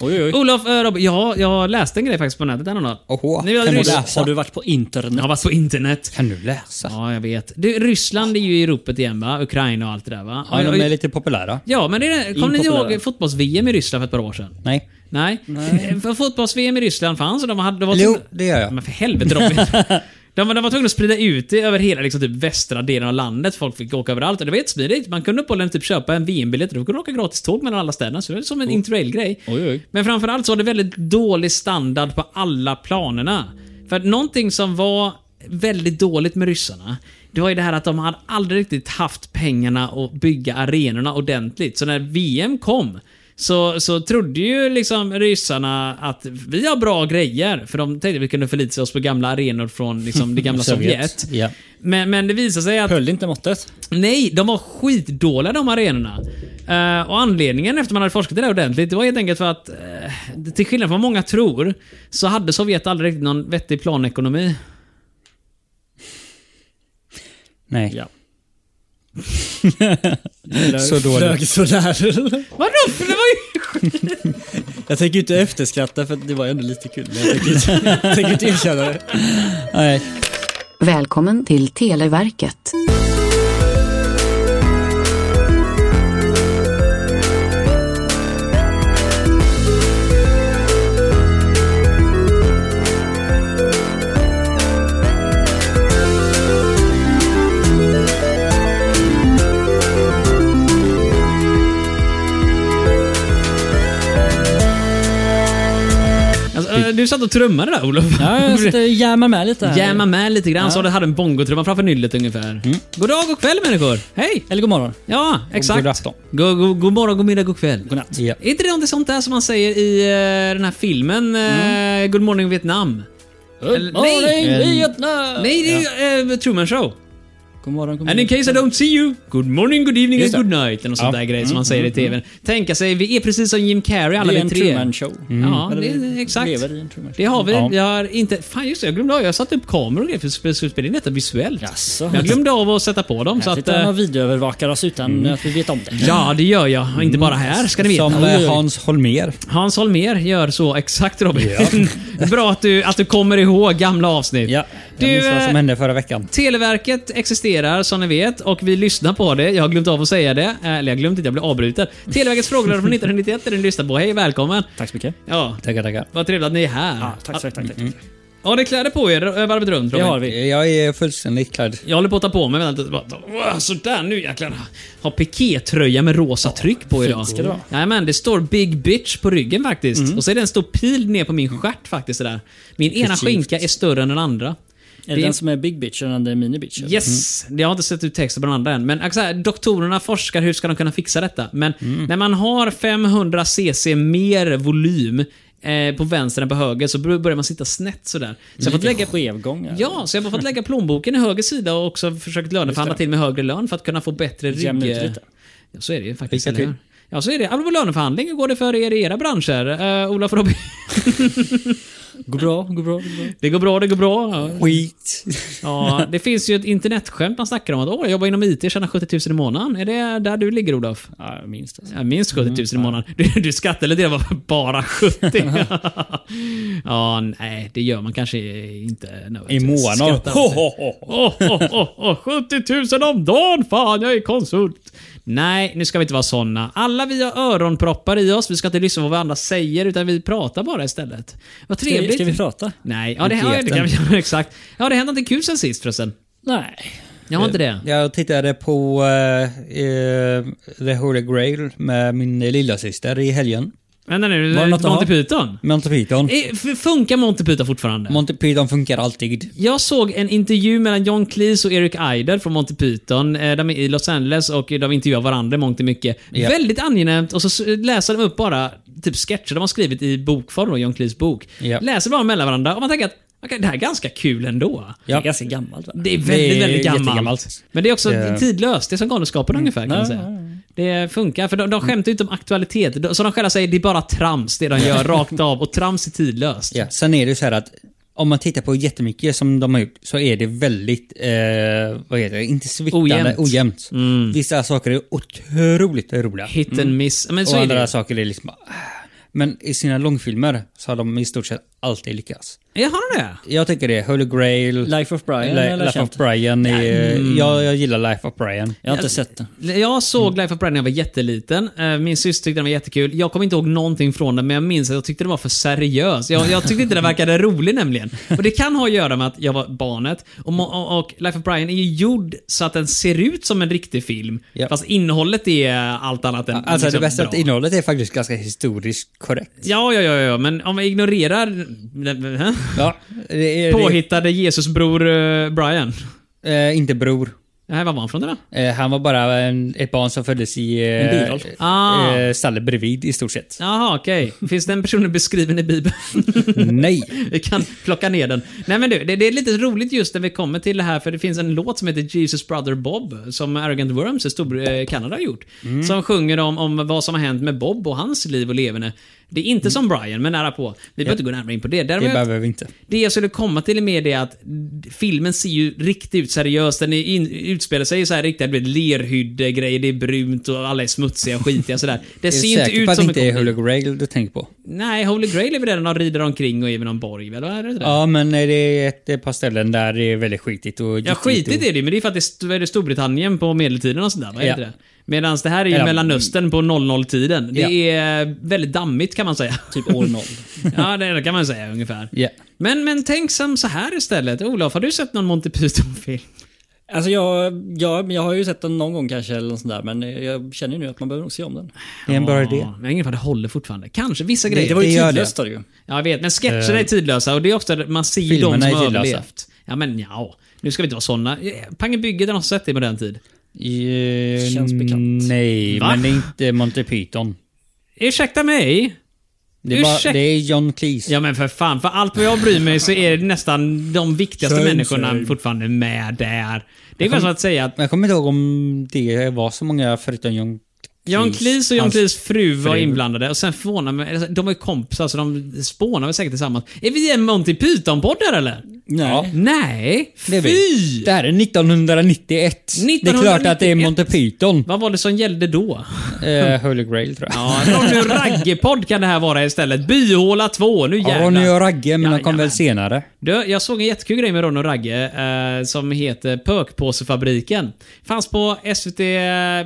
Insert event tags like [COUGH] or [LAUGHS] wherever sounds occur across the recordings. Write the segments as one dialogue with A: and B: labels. A: Oj, oj.
B: Olof Örob, ja, jag läste en grej faktiskt på nätet häromdagen.
C: Oho,
B: Nu är jag
C: kan du
B: ryss-
C: läsa?
A: Har du varit på internet?
B: Jag har varit på internet.
C: Kan du läsa?
B: Ja, jag vet. Du, Ryssland är ju i ropet igen va? Ukraina och allt det där va?
C: Ja,
B: Och-
C: de är lite populära.
B: Ja, men det är, kommer ni
A: Impopulära.
B: ihåg fotbolls-VM i Ryssland för ett par år sedan?
C: Nej.
B: Nej. För fotbolls-VM i Ryssland fanns och de hade... De var
C: Jo,
B: tvungna-
C: det gör jag.
B: Men för helvete
A: [LAUGHS]
B: Robin. De, var- de var tvungna att sprida ut det över hela liksom, typ, västra delen av landet. Folk fick åka överallt och det var jättesmidigt. Man kunde uppehålla typ köpa en VM-biljett och då kunde man åka gratis tåg mellan alla städerna. Så det var som en interrail-grej.
A: Oj, oj.
B: Men framförallt så var det väldigt dålig standard på alla planerna. För att någonting som var väldigt dåligt med ryssarna, det var ju det här att de hade aldrig riktigt haft pengarna att bygga arenorna ordentligt. Så när VM kom, så, så trodde ju liksom ryssarna att vi har bra grejer, för de tänkte att vi kunde förlita oss på gamla arenor från liksom det
C: [LAUGHS]
B: gamla Sovjet.
C: Ja.
B: Men, men det visade sig att
A: Höll inte måttet?
B: Nej, de var skitdåliga de arenorna. Eh, och anledningen efter man hade forskat i det där ordentligt, det var helt enkelt för att eh, till skillnad från vad många tror, så hade Sovjet aldrig riktigt någon vettig planekonomi.
C: Nej.
A: Ja.
C: [LAUGHS] Så dåligt.
A: Flög sådär.
B: Vadå? För Det var ju...
A: jag tänker ju inte efterskratta för det var ju ändå lite kul. Men jag tänker [LAUGHS] inte, jag tänker inte erkänna det.
C: Nej.
D: Välkommen till Televerket.
B: Alltså, eh, du satt och trummade där Olof.
A: Ja,
B: [LAUGHS]
A: jag sitter och jammar med lite här.
B: Jämma med lite grann, så du hade en bongotrumma framför nyllet ungefär. God dag och kväll människor! Hej!
A: Eller god morgon.
B: Ja, exakt.
C: god afton.
B: God, god, god morgon, god middag, god kväll.
A: Godnatt.
C: Ja.
B: Är inte det någonting sånt där som man säger i eh, den här filmen, eh, Good Morning Vietnam? Eller- nej!
A: Vietnam!
B: Nej, det är ju eh, Truman Show.
A: God morgon, god
B: And in
A: morgon.
B: case I don't see you, good morning, good evening and
A: Just Mm,
B: good night. Eller någon sån
C: Ja.
B: där grej som man säger i TVn. Tänka sig, vi är precis som Jim Carrey alla
A: Det är
B: vi
A: en
B: tre. Mm.
A: Truman show.
C: Mm.
B: Ja,
A: Eller
B: det är-
A: vi
B: exakt.
A: lever i en Truman show.
B: Det har vi.
C: Ja.
B: Jag har inte... Fan just det, jag glömde av. Jag satte upp kameror och grejer för att sp- spela in detta visuellt.
A: Jaså.
B: Men Jag glömde av att sätta på dem så
A: Här
B: att...
A: sitter han
B: eh,
A: och videoövervakar oss utan att vi vet om det.
B: Ja, det gör jag. Och Inte bara här, ska ni veta.
C: Som eh, Hans Holmér.
B: Hans Holmér gör så exakt Robin. [LAUGHS] Bra att du, att du kommer ihåg gamla avsnitt.
C: Ja, jag
B: Du,
C: minns vad
B: eh,
C: som hände förra veckan.
B: Televerket existerar som ni vet och vi lyssnar på det. Jag har glömt av att säga det. Eh, Eller jag har glömt inte, jag blev
A: [LAUGHS]
B: avbruten. Televerkets frågelåda från 1991 är det ni lyssnar på. Hej, välkommen!
A: Tack så mycket.
B: Ja,
C: Tackar, tackar.
B: vad trevligt att ni är här.
A: Ja, mm, tack, tack, tack, tack. tack.
B: Har ni kläder på er eh, varvet runt
A: Det
B: Robin?
A: har vi.
C: Jag är fullständigt klädd.
B: Jag håller på att ta på mig, vänta. bara ta- Wow, Sådär, nu jäklar. Har pikétröja med rosa tryck på idag.
A: ska det vara. Mm.
B: Jajamän, det står Big Bitch på ryggen faktiskt. Och så är det en stor pil ner på min stjärt faktiskt. Sådär. Min ena skinka är större än den andra.
A: Är det den som är Big Bitch och den andra är Mini Bitch? eller?
B: Yes!
A: Mm.
B: Jag har inte sett ut texten på den andra än. Men alltså, här, doktorerna forskar hur ska de kunna fixa detta. Men
A: Mm.
B: när man har 500 cc mer volym eh, på vänster än på höger så börjar man sitta snett sådär. Så jag har fått lägga
A: Skevgång. eller?
B: Ja, så jag har fått lägga plånboken i höger sida och också försökt löneförhandla till med högre lön för att kunna få bättre rygg...
A: Jämna ut lite.
B: Ja, så är det ju faktiskt.
C: Lycka
B: eller
C: till.
B: hur? Ja, så är det. Apropå löneförhandling, hur går det för er i era branscher? Uh, Ola och Robin? [LAUGHS]
A: Går bra, går bra, går bra.
B: Det går bra, det går bra. Ja.
C: Skit.
B: Ja, det finns ju ett internetskämt man snackar om att åh, jag jobbar inom IT och tjänar 70 000 i månaden. Är det där du ligger Olof?
A: Ja, jag minns det.
B: Ja, minst 70 000 i månaden. Du, du skrattar lite, det var bara 70. [LAUGHS] ja, nej, det gör man kanske inte.
C: I
B: nödvändigtvis.
C: månaden.
B: Skrattar inte. Åh, åh, åh, åh, 70 000 om dagen! Fan, jag är konsult! Nej, nu ska vi inte vara såna. Alla vi har öronproppar i oss. Vi ska inte lyssna på vad andra säger, utan vi pratar bara istället. Vad
A: Ska vi,
B: trevligt.
A: ska vi prata?
B: Nej, ja det, ja, det kan vi göra. [LAUGHS] Exakt. Ja, det hände inte kul sen sist förresten.
A: Nej.
B: Jag har inte det.
C: Jag tittade på eh, eh, The Holy Grail med min lillasyster i helgen.
B: Vänta nu,
C: Var det något att
B: Monty
C: ha?
B: Python?
C: Monty Python.
B: Eh, f- Funkar Monty Python fortfarande?
C: Monty Python funkar alltid.
B: Jag såg en intervju mellan John Cleese och Eric Idle från Monty Python. Eh, De är i Los Angeles och de intervjuar varandra i mångt och mycket.
C: Ja.
B: Väldigt angenämt. Och så s- läser de upp bara typ sketcher de har skrivit i bokform, då, John Cleese bok.
C: Ja.
B: Läser bara mellan varandra och man tänker att okej, det här är ganska kul ändå.
A: Det är
C: Ja.
A: ganska gammalt va?
B: Det är väldigt,
C: Det är
B: väldigt gammalt.
C: jättegammalt. Mm.
B: Men det är också
C: Ja.
B: tidlöst. Det är som Galenskaparna ungefär kan man säga. Det funkar, för de, de skämtar ju inte om aktualitet. De- Som de själva säger, det är bara trams det de
C: [LAUGHS]
B: gör rakt av. Och trams är tidlöst.
C: Ja. Sen är det ju så här att om man tittar på jättemycket som de har gjort så är det väldigt, eh, vad heter det, inte sviktande,
B: Ojämnt.
C: ojämnt. Vissa saker är otroligt roliga.
B: Hit and miss. Men så
C: Mm. och
B: är det.
C: andra
B: ju.
C: saker är liksom... bara, ah. Men i sina långfilmer så har de i stort sett alltid lyckats.
B: Ja, har de det?
C: Jag tycker det. är Holy Grail,
A: Life of Brian
C: Li-
A: eller
C: Life of
A: känt?
C: Brian. Är,
B: Mm.
C: jag, jag gillar Life of Brian.
A: Jag har inte sett den.
B: Jag
C: Mm.
B: såg Life of Brian när jag var jätteliten. Eh, Min syster tyckte den var jättekul. Jag kommer inte ihåg någonting från den, men jag minns att jag tyckte den var för seriös. Jag, jag tyckte inte den
C: [LAUGHS]
B: verkade rolig nämligen. Och det kan ha att göra med att jag var barnet. Och, mo- och, och Life of Brian är ju gjord så att den ser ut som en riktig film.
C: Ja.
B: Fast innehållet är allt annat än
C: Alltså det
B: liksom,
C: bästa är
B: bra.
C: att innehållet är faktiskt ganska historiskt korrekt.
B: Ja, ja, ja, ja, men om jag ignorerar...
C: Ja, det är,
B: Påhittade Jesusbror eh, Brian.
C: Det, eh, inte bror.
B: Nej, vad var han från det då?
C: Eh, han var bara en, ett barn som föddes i eh,
A: En biroll.
B: Ah.
C: eh, stallet bredvid i
B: [LAUGHS]
C: stort sett.
B: Jaha, okej. Finns den personen beskriven i Bibeln?
C: Nej.
B: [LAUGHS] Vi kan plocka ner den. Nej men du, det, det är lite roligt just när vi kommer till det här för det finns en låt som heter Jesus Brother Bob som Arrogant Worms i stor, eh, Kanada har gjort.
C: Mm.
B: Som sjunger om, om vad som har hänt med Bob och hans liv och leverne. Det är inte som Brian, men nära på. Vi behöver inte gå närmare in på det.
C: Mm. Det
B: Däremot,
C: behöver vi inte.
B: det jag skulle komma till är mer det att filmen ser ju riktigt ut seriös. Den är in, utspelar sig i så här riktiga du vet, lerhydde-grejer, det är brunt och alla är smutsiga och skitiga och sådär. Det
C: Är
B: ser
C: du
B: ju inte
C: säker
B: ut
C: på att
B: som
C: det inte är
B: komedi.
C: Holy Grail du tänker på?
B: Nej, Holy Grail är väl där de rider omkring och är vid någon borg, väl? Är det inte det?
C: Ja, men eh, det är ett eh, par ställen där det är väldigt skitigt och
B: Ja,
C: giftigt
B: skitigt
C: och-
B: är det ju, men det är för att det är St- vad är det Storbritannien på medeltiden och sådär.
C: Ja.
B: Ja. Medan det här är ju
C: Eller-
B: Mellanöstern på 00-tiden. Det
C: Ja.
B: är väldigt dammigt kan man säga. [LAUGHS]
A: Typ år noll.
B: ja, det kan man säga ungefär.
C: Ja.
B: Men, men tänk som så här istället. Olof, har du sett någon Monty Python-film?
A: [LAUGHS] Alltså jag, jag, jag har ju sett den någon gång kanske eller något sånt där, men jag känner ju nu att man behöver nog se om den.
C: Det är en bra idé.
B: Ja, Men jag har ingen aning om det håller fortfarande. Kanske, vissa grejer.
A: Det, var ju
C: det gör det.
A: tidlöst var det ju.
B: Ja, jag vet. Men sketcherna är tidlösa och det är ofta man ser ju de
C: Eh, Filmerna
B: som
C: är
B: har
C: tidlösa.
B: överlevt. Ja, men ja. Nu ska vi inte vara såna. Eh, Pang i bygget har någon sett det på den tid.
C: Eh,
A: Känns bekant.
C: Nej,
B: Va?
C: men det är inte Monty Python.
B: Ursäkta mig?
C: Det är, bara,
B: Ursäkta.
C: det är John Cleese.
B: Ja men för fan, för allt vad jag bryr mig så är det nästan de viktigaste
A: Shame,
B: människorna
A: shame.
B: fortfarande med där. Det är väl som att säga att
C: Men jag kommer inte ihåg om det var så många förutom John
B: John Cleese och John
C: Hans-
B: Cleese fru var
C: fru.
B: inblandade och sen förvånar mig, eller, de var ju kompisar så de spånar väl säkert tillsammans. Är vi en Monty Python-podd här eller?
A: Nej.
C: Ja.
B: Nej,
C: Det är vi.
B: fy!
C: Det här är 1991. Det är klart att det är Monty Python.
B: Vad var det som gällde då?
C: Eh, Holy Grail tror jag.
B: Ja, Ronny och Ragge-podd kan det här vara istället. Byhåla 2, nu
C: Ja,
B: jävlar.
C: Ronny och Ragge, men de kom
B: Jajamän.
C: väl senare.
B: Du, jag såg en jättekul grej med Ron och Ragge eh, som heter Pökpåsefabriken. Fanns på SVT eh,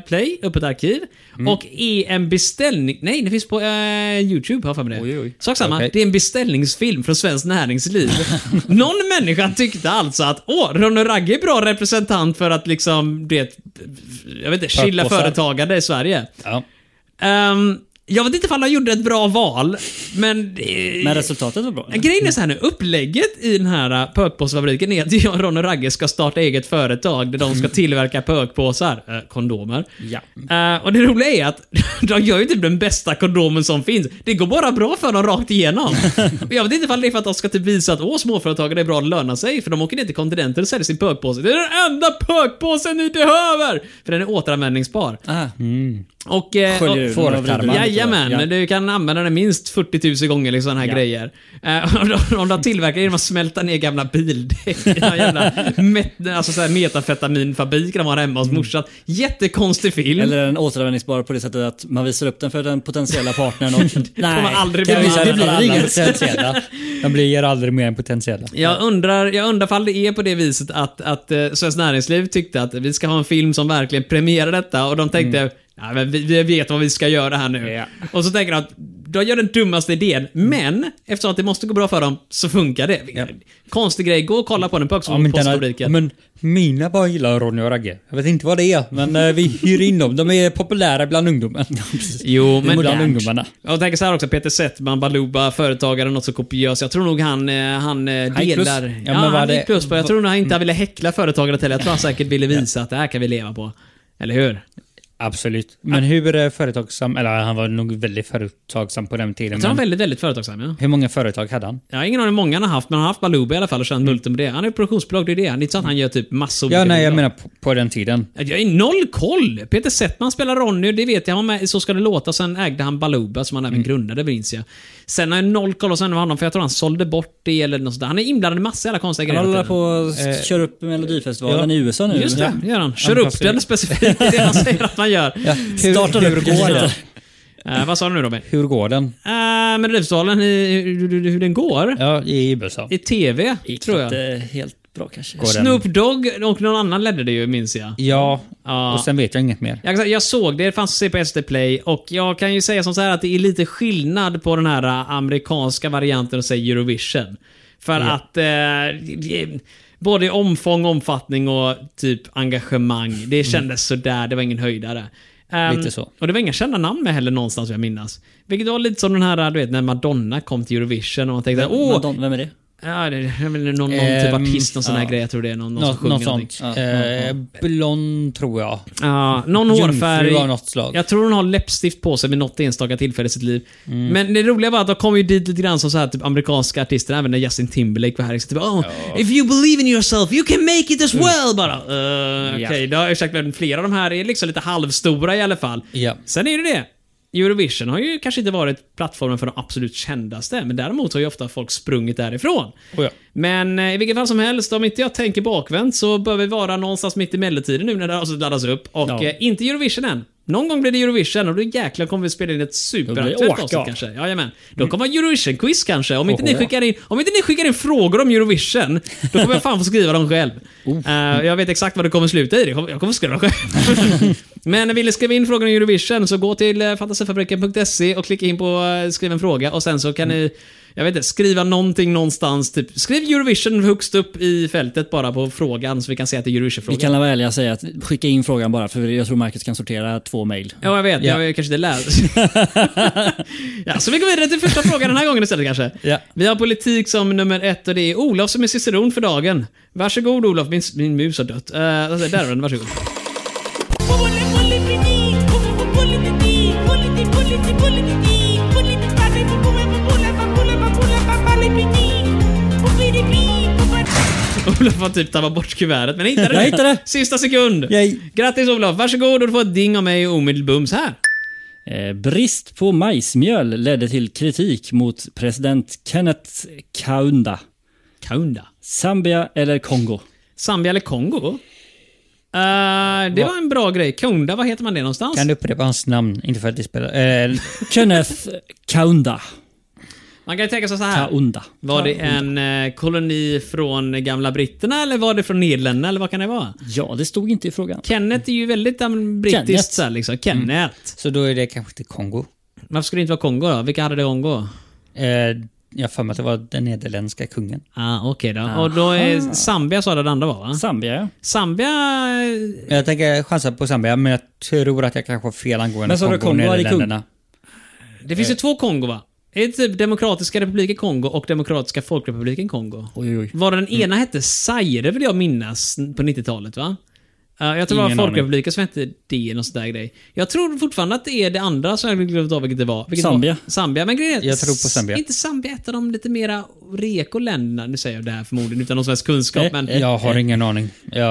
B: Play, öppet arkiv.
A: Mm.
B: Och är en beställning... Nej, det finns på eh, YouTube har jag för mig det.
A: Oj, oj.
B: Sak samma,
C: Okej.
B: det är en beställningsfilm från Svenskt Näringsliv. [LAUGHS] Någon människa tyckte alltså att åh, Ron och Ragge är bra representant för att liksom, det... Jag vet inte, chilla
C: Pökpåsar.
B: företagare i Sverige.
C: Ja.
B: Ehm, jag vet inte ifall han gjorde ett bra val, men... eh,
A: Men resultatet var bra.
B: Ja, Grejen är så här nu, upplägget i den här äh, pökpåsefabriken är att [LAUGHS] jag, Ron och Ragge ska starta eget företag där de ska tillverka pökpåsar, äh, kondomer.
C: Ja.
B: Äh, och det roliga är att [LAUGHS] de gör ju typ den bästa kondomen som finns. Det går bara bra för dem rakt igenom. Och jag vet inte ifall det är för att de ska typ visa att åh, småföretagare är bra att löna sig, för de åker ner till kontinenten och säljer sin pökpåse. Det är den enda pökpåsen ni behöver! För den är återanvändningsbar.
A: Ah,
B: Och... eh,
A: sköljer
B: och-
A: ur den och vrider
C: fårkarmar.
A: den lite bara.
B: Jajamän,
A: Ja.
B: du kan använda den minst 40 000 gånger, liksom såna här grejer. Eh, [LAUGHS] om de- om de tillverkar genom att smälta ner gamla [LAUGHS] bildäck i någon jävla met, alltså så här metafetaminfabrik de har hemma hos morsan. Jättekonstig film.
A: Mm. Eller en återanvändningsbar på det sättet att man visar upp den för den potentiella partnern [LAUGHS] och...
B: kommer aldrig
A: det
B: bli
A: blir-
B: visar
A: det blir inget.
C: potentiella. De blir aldrig mer än potentiella.
B: Jag undrar, jag undrar fall det är på det viset att, att eh, Svenskt Näringsliv tyckte att vi ska ha en film som verkligen premierar detta och de tänkte Nej, men vi, vi vet vad vi ska göra här nu.
C: Mm. Ja. Mm.
B: Och så tänker de att de gör den dummaste idén, men eftersom att det måste gå bra för dem så funkar det. Konstig grej, gå och kolla på den på
C: Ja, men, den
B: Oxfordpostfabriken.
C: har, men mina barn gillar Ronny och Ragge. Jag vet inte vad det är, men eh, vi hyr in dem. De är populära bland ungdomen. [LAUGHS]
B: Jo, men...
C: Bland ungdomarna.
B: Jag tänker så här också, Peter Settman, Baluba, företagare, något så kopiöst. Jag tror nog han, eh, han eh,
C: gick plus.
B: delar...
C: Ja, men
B: Ja,
C: vad
B: han
C: det- Mm.
B: gick plus på. Jag tror nog han inte ville häckla företagandet heller. Jag tror han säkert ville visa att det här kan vi leva på. Eller hur?
C: Absolut. Men hur eh, företagsam, eller han var nog väldigt företagsam på den tiden.
B: Jag tror han
C: Men
B: är väldigt, väldigt företagsam. Ja.
C: hur många företag hade han?
B: Jag har ingen aning hur många han har haft, men han har haft Baluba i alla fall och tjänat multum på det. Han är produktionsbolag, det är det. Det är inte så att han gör typ massor
C: Ja,
B: olika
C: nej, jag
B: bolag.
C: menar på, på den tiden.
B: Jag är noll koll! Peter Settman spelar Ronny, det vet jag. Han var med i Så ska det låta. Sen ägde han Baluba, som han även grundade, minns jag. Sen har jag noll koll och sen var honom, för jag tror han sålde bort det eller något sånt där. Han är inblandad i massa jävla konstiga
A: Han
B: grejer.
A: håller
B: hela tiden.
A: på och kör upp Melodifestivalen i USA nu.
B: Just det, det gör han. Kör
C: Han
B: upp
C: passar ju.
B: den specifikt, det är det han säger att man gör.
C: Ja, hur,
A: Startar
C: hur
A: upp
C: går det?
B: Eh, vad sa du nu Robin?
C: Hur går den?
B: Uh, Melodifestivalen, eh, hur, hur, hur den går?
C: Ja, i Ibelsa.
B: I TV,
A: Gick
B: tror jag.
A: inte helt bra kanske.
C: Går den?
B: Snoop Dogg och någon annan ledde det ju, minns jag.
C: Ja,
B: Ja.
C: och sen vet jag inget mer.
B: Jag, kan säga- jag såg det, det fanns att se på SD Play och jag kan ju säga som så här att det är lite skillnad på den här eh, amerikanska varianten och säg Eurovision. För att eh, det- både i omfång, omfattning och typ engagemang. Det kändes sådär, det var ingen höjdare. Ehm,
C: Mm. Lite så.
B: Och det var inga kända namn med heller någonstans vill jag minnas. Vilket var lite som den här, du vet, när Madonna kom till Eurovision och man tänkte åh,
A: Madonna, vem är det?
B: Ja, det är någon, någon typ
C: Ehm,
B: artist, någon sån här
C: ja.
B: grej. Jag tror det är någon, någon som
C: Nå,
B: sjunger
C: något
B: någonting.
C: sånt. Eh, blond, tror jag.
B: Ja, någon hårfärg.
C: Jungfru av något slag.
B: Jag tror hon har läppstift på sig vid något enstaka tillfälle i sitt liv.
C: Mm.
B: Men det roliga var att de kom ju dit lite grann som så här, typ amerikanska artister, även när Justin Timberlake var här. liksom, Typ, oh, If you believe in yourself, you can make it as well! Bara. Uh, Okej,
C: Mm. Ja.
B: då, ursäkta, men flera av de här är liksom lite halvstora i alla fall.
C: Ja.
B: Sen är det det. Eurovision har ju kanske inte varit plattformen för de absolut kändaste, men däremot har ju ofta folk sprungit därifrån.
C: Oh ja.
B: Men eh, i vilket fall som helst, om inte jag tänker bakvänt så bör vi vara någonstans mitt i medeltiden nu när det här avsnittet laddas upp. Och
A: Ja.
B: eh, inte Eurovision än. Någon gång blir det Eurovision och då jäklar kommer vi spela in ett
A: Då blir
B: superaktuellt
A: det
B: avsnitt
A: åka.
B: kanske. Jajamän. Då kommer det Eurovision-quiz kanske. Om inte, ni
C: Oho.
B: skickar in, om inte ni skickar in frågor om Eurovision, då kommer jag fan få skriva dem själv. Eh, jag vet exakt vad det kommer sluta i. Jag kommer, jag kommer skriva dem själv. [LAUGHS] Men vill ni skriva in frågor om Eurovision så gå till eh, fantasifabriken.se och klicka in på eh, skriv en fråga och sen så kan ni jag vet inte, skriva någonting någonstans. Typ, skriv Eurovision högst upp i fältet bara på frågan så vi kan se att det är
A: Vi
B: Eurovision-frågan.
A: kan väl ärliga och säga att skicka in frågan bara för jag tror Marcus kan sortera två mejl.
B: Ja, jag vet. Jag kanske inte läst. [LAUGHS] ja, så vi går vidare till första frågan den här gången istället kanske.
C: Ja.
B: Vi har politik som nummer ett och det är Olof som är ciceron för dagen. Varsågod Olof, min, min mus har dött. Uh, där var den, varsågod. [LAUGHS] Olof har typ tappat bort kuvertet, men jag hittade
A: Jag
B: det.
A: hittade det.
B: Sista sekund.
A: Yay.
B: Grattis Olof, varsågod och du får ett ding av mig omedelbums här.
A: Eh, brist på majsmjöl ledde till kritik mot president Kenneth Kaunda.
B: Kaunda.
A: Zambia eller Kongo?
B: Zambia eller Kongo? Eh, det var en bra grej. Kaunda, vad heter man det någonstans?
C: Kan du upprepa hans namn? Inte för att det spelar... Eh,
A: Kenneth Kaunda.
B: Man kan ju tänka sig så här.
A: Kaunda.
B: Ah. Var det en eh, koloni från gamla britterna eller var det från Nederländerna eller vad kan det vara?
A: Ja, det stod inte i frågan.
B: Kenneth är ju väldigt um, brittiskt
A: Kenneth.
B: så här, liksom. Kenneth.
C: så då är det kanske inte Kongo.
B: Varför skulle det inte vara Kongo då? Vilka hade det Kongo?
C: Eh, jag har för mig att det var den nederländska kungen.
B: Ah, Okej då. Och då är Zambia sa det det andra var va?
A: Zambia, ja.
B: Zambia...
C: Jag tänker chansa på Zambia, men jag tror att jag kanske har fel angående
A: Men sa du
C: Kongo och
A: Kongo? Var det
C: Nederländerna.
B: Det finns ju
C: Eh.
B: två Kongo va? Är det typ Demokratiska republiken Kongo och Demokratiska folkrepubliken Kongo?
A: Oj, oj,
C: Eh,
A: oj.
B: Var det
C: Mm.
B: den ena hette Zaire, det vill jag minnas, på 90-talet va? Eh, jag tror det
C: Ingen
B: var
C: aning.
B: Folkrepubliken som hette det, någon sån där grej. Jag tror fortfarande att det är det andra som jag glömt av vilket det var. Vilket
A: Zambia.
B: Var, Zambia, men grejen är att
C: Jag tror på Zambia.
B: s- inte Zambia ett av de lite mera reko länderna? Nu säger jag det här förmodligen utan någon som helst kunskap, men
C: Eh, Jag har ingen aning.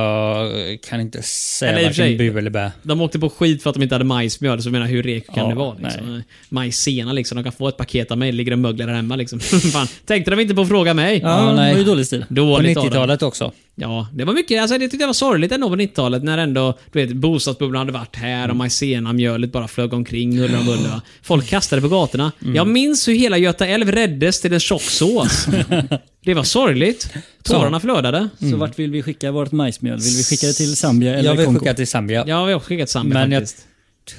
C: Jag kan inte
B: Eller i
C: säga
B: och för sig-
C: varken bu eller bä.
B: de åkte på skit för att de inte hade majsmjöl, så jag menar hur reko kan
A: Ja,
B: det vara? Liksom? Majsena liksom, de kan få ett paket av mig, ligger och möglar där hemma liksom. [LAUGHS] Fan, tänkte de inte på att fråga mig?
A: Ja,
C: Ja, nej.
A: det var ju dålig stil.
C: På
B: Dåligt av dem.
C: 90-talet också.
B: Ja, det var mycket. Alltså, det tyckte jag var sorgligt ändå på 90-talet när ändå du vet, bostadsbubblan hade varit här och majsenamjölet bara flög omkring huller om buller. va. Folk kastade på gatorna. Jag minns hur hela Göta älv räddes till en tjock sås. det var sorgligt. Tårarna flödade.
A: Så vart vill vi skicka vårt majsmjöl? Vill vi skicka det till Zambia eller
C: Jag vill
A: Kongo?
C: skicka till Zambia.
B: Ja, vi har också skickat Zambia
C: Men jag-
B: faktiskt.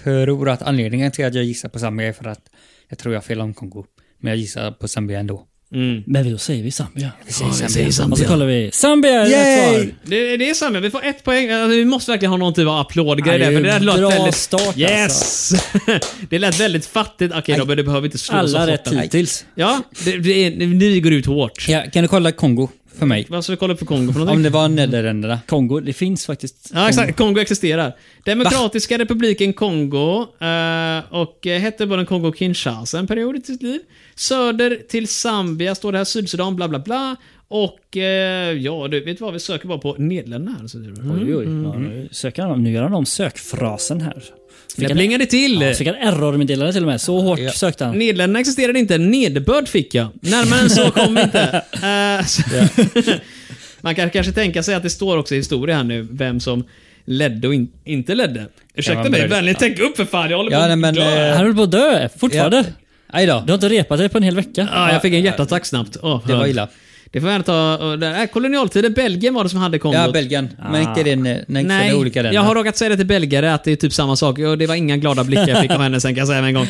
C: tror att anledningen till att jag gissar på Zambia är för att jag tror jag har fel om Kongo. Men jag gissar på Zambia ändå.
B: Mm.
A: Men då säger vi Zambia.
B: Ja, det, är
A: Och så
B: Zambia.
A: kollar vi. Zambia är rätt svar!
B: Det, det är Zambia. Vi får ett poäng. Alltså, vi måste verkligen ha någon typ av applådgrej
A: Ja, det är
B: där. För det där
A: en
B: lät
A: bra
B: väldigt...
A: start, alltså.
B: Yes! [LAUGHS] det lät väldigt fattigt. Okej Robin, du behöver inte slå så
A: Alla
B: hårt
A: rätt
B: där.
A: hittills.
B: Ja, det, det är, ni går ut hårt.
C: Ja, kan du kolla Kongo för mig?
B: Vad ska vi kolla upp för Kongo för
C: Om
B: någonting?
C: det var Nederländerna.
A: Mm. Kongo, det finns faktiskt.
B: Ja, exakt. Kongo existerar. Demokratiska republiken Kongo eh, och eh, hette både Kongo och Kinshasa en period i sitt liv. Söder till Zambia står det här, Sydsudan, bla bla bla. Och eh, ja, du vet vad, vi söker bara på Nederländerna här. Så det är bra.
A: Oj, oj. Ja, nu söker han, nu gör han om sökfrasen här.
B: Där plingade det till.
A: Ja, fick han errormeddelande till och med. Så hårt sökte han.
B: Nederländerna existerade inte, nederbörd fick jag. Närmare än så kom vi
C: [LAUGHS]
B: inte. [LAUGHS] Eh, så- Man kan kanske tänka sig att det står också i historia här nu, vem som ledde och in, inte ledde. Ursäkta
C: man
B: mig,
C: börja-
B: vänligt tänk upp för fan, jag håller
C: Ja,
B: på
C: nej, men... eh,
B: att dö.
A: Han höll på att dö fortfarande.
C: Aj då.
A: Du har inte repat dig på en hel vecka.
B: Ah, jag fick en hjärtattack snabbt. Åh,
C: Det var
B: skönt.
C: illa.
B: Det får jag ta... och där- äh, Kolonialtiden, Belgien var det som hade kombot.
C: Ja, Belgien. Men inte den... eh, Nej, inte
B: Ah. Nej,
C: från olika länder.
B: jag har råkat säga det till belgare att det är typ samma sak. Och det var inga glada blickar jag fick av henne sen kan jag säga med en gång.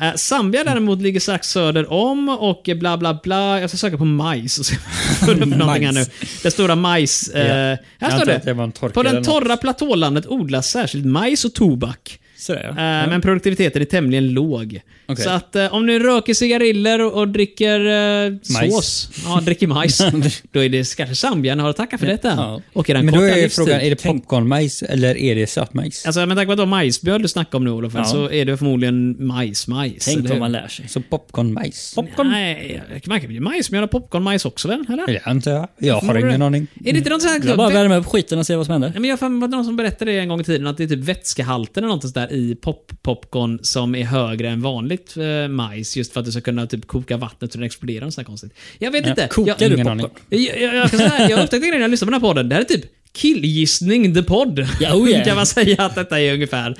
B: Eh, Zambia däremot ligger strax söder om och bla bla bla. Jag ska söka på majs och se
C: [LAUGHS]
B: vad det är för någonting här nu. Det stora majs. eh,
C: Jag
B: här
C: antar
B: står
C: att det var en
B: det.
C: torka
B: På
C: eller
B: den
C: något."
B: torra platålandet odlas särskilt majs och tobak.
A: Sådär,
B: Eh, Men produktiviteten är tämligen låg.
C: Okej.
B: Så att eh, om ni röker cigariller och, och dricker eh, sås, ja, dricker
C: [LAUGHS]
B: majs, då är det kanske Zambia ni har att tacka för detta.
C: Ja.
B: Och er
C: Men då
B: korta
C: är
B: livstid.
C: frågan, är det popcornmajs eller är det sötmajs?
B: Alltså, men tack vare att det var majsmjöl du snackade om nu Olof, så är det förmodligen majs-majs.
A: Tänk
B: eller
A: vad
B: hur?
A: man lär sig.
C: Så popcornmajs?
B: Nej, man kan ju majsmjöl och popcornmajs också väl? Eller?
C: Eller antar jag. Jag har
A: Mm.
C: ingen aning.
B: Är det inte något sånt
A: Jag bara
B: här...
A: värma upp skiten och se vad som händer.
B: Nej, men jag har för mig att det var någon som berättade det en gång i tiden, att det är typ vätskehalten eller något sånt där i pop-popcorn som är högre än vanligt eh, majs, just för att du ska kunna typ koka vattnet så det exploderar och sånt här konstigt. Jag vet inte.
C: kokar
B: jag,
C: du
B: Ingen
C: popcorn?
B: aning. Jag, jag, jag, kan säga, här, jag upptäckte grejen när jag lyssnade på den här podden. Det här är typ killgissning the podd.
A: Ja, oh
B: [LAUGHS]
A: yeah.
B: kan man säga att detta är ungefär.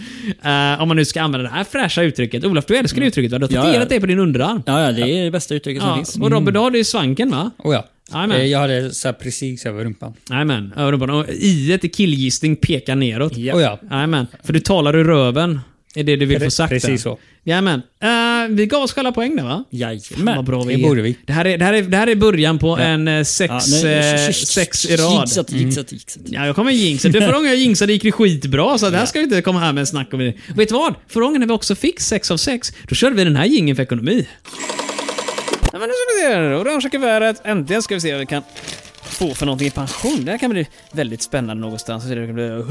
B: Eh, om man nu ska använda det här fräscha uttrycket. Olof, du älskar det uttrycket va? Du har
A: Ja, ja.
B: tatuerat det på din underarm.
A: Ja, Mm. ja, det är det bästa uttrycket som
B: Ja,
A: finns.
B: och Robert, du har det i svanken va?
C: Oh, ja.
B: Jajamän.
C: Eh, Jag hade så här precis över rumpan.
B: Jajamän, öronbarn. Och i till killgissning pekar neråt.
A: Ja.
C: Oh, ja.
B: Jajamän, för du talar ur röven. Är det du vill
C: Pre-
B: få sagt
C: precis
B: där.
C: så.
B: Jajamän. Eh, vi gav oss själva poäng där va? Vad
A: Jajamän.
B: bra vi
C: det
B: är.
C: borde vi.
B: Det här är, det här är, det här är början på en eh, sex, eh, sex i rad.
A: Jinxat, jinxat, jinxat.
B: Ja, jag kommer jinxa. Det förra gången jag jinxade gick det skitbra, så det här ska vi inte komma här med snack om. det. Vet du vad? Förra gången när vi också fick sex av sex, då körde vi den här jingeln för ekonomi. Ja, men nu ska vi se. här. Orangea kuvertet. Äntligen ska vi se vad vi kan få för någonting i pension. Det här kan bli väldigt spännande någonstans. Så det kan bli...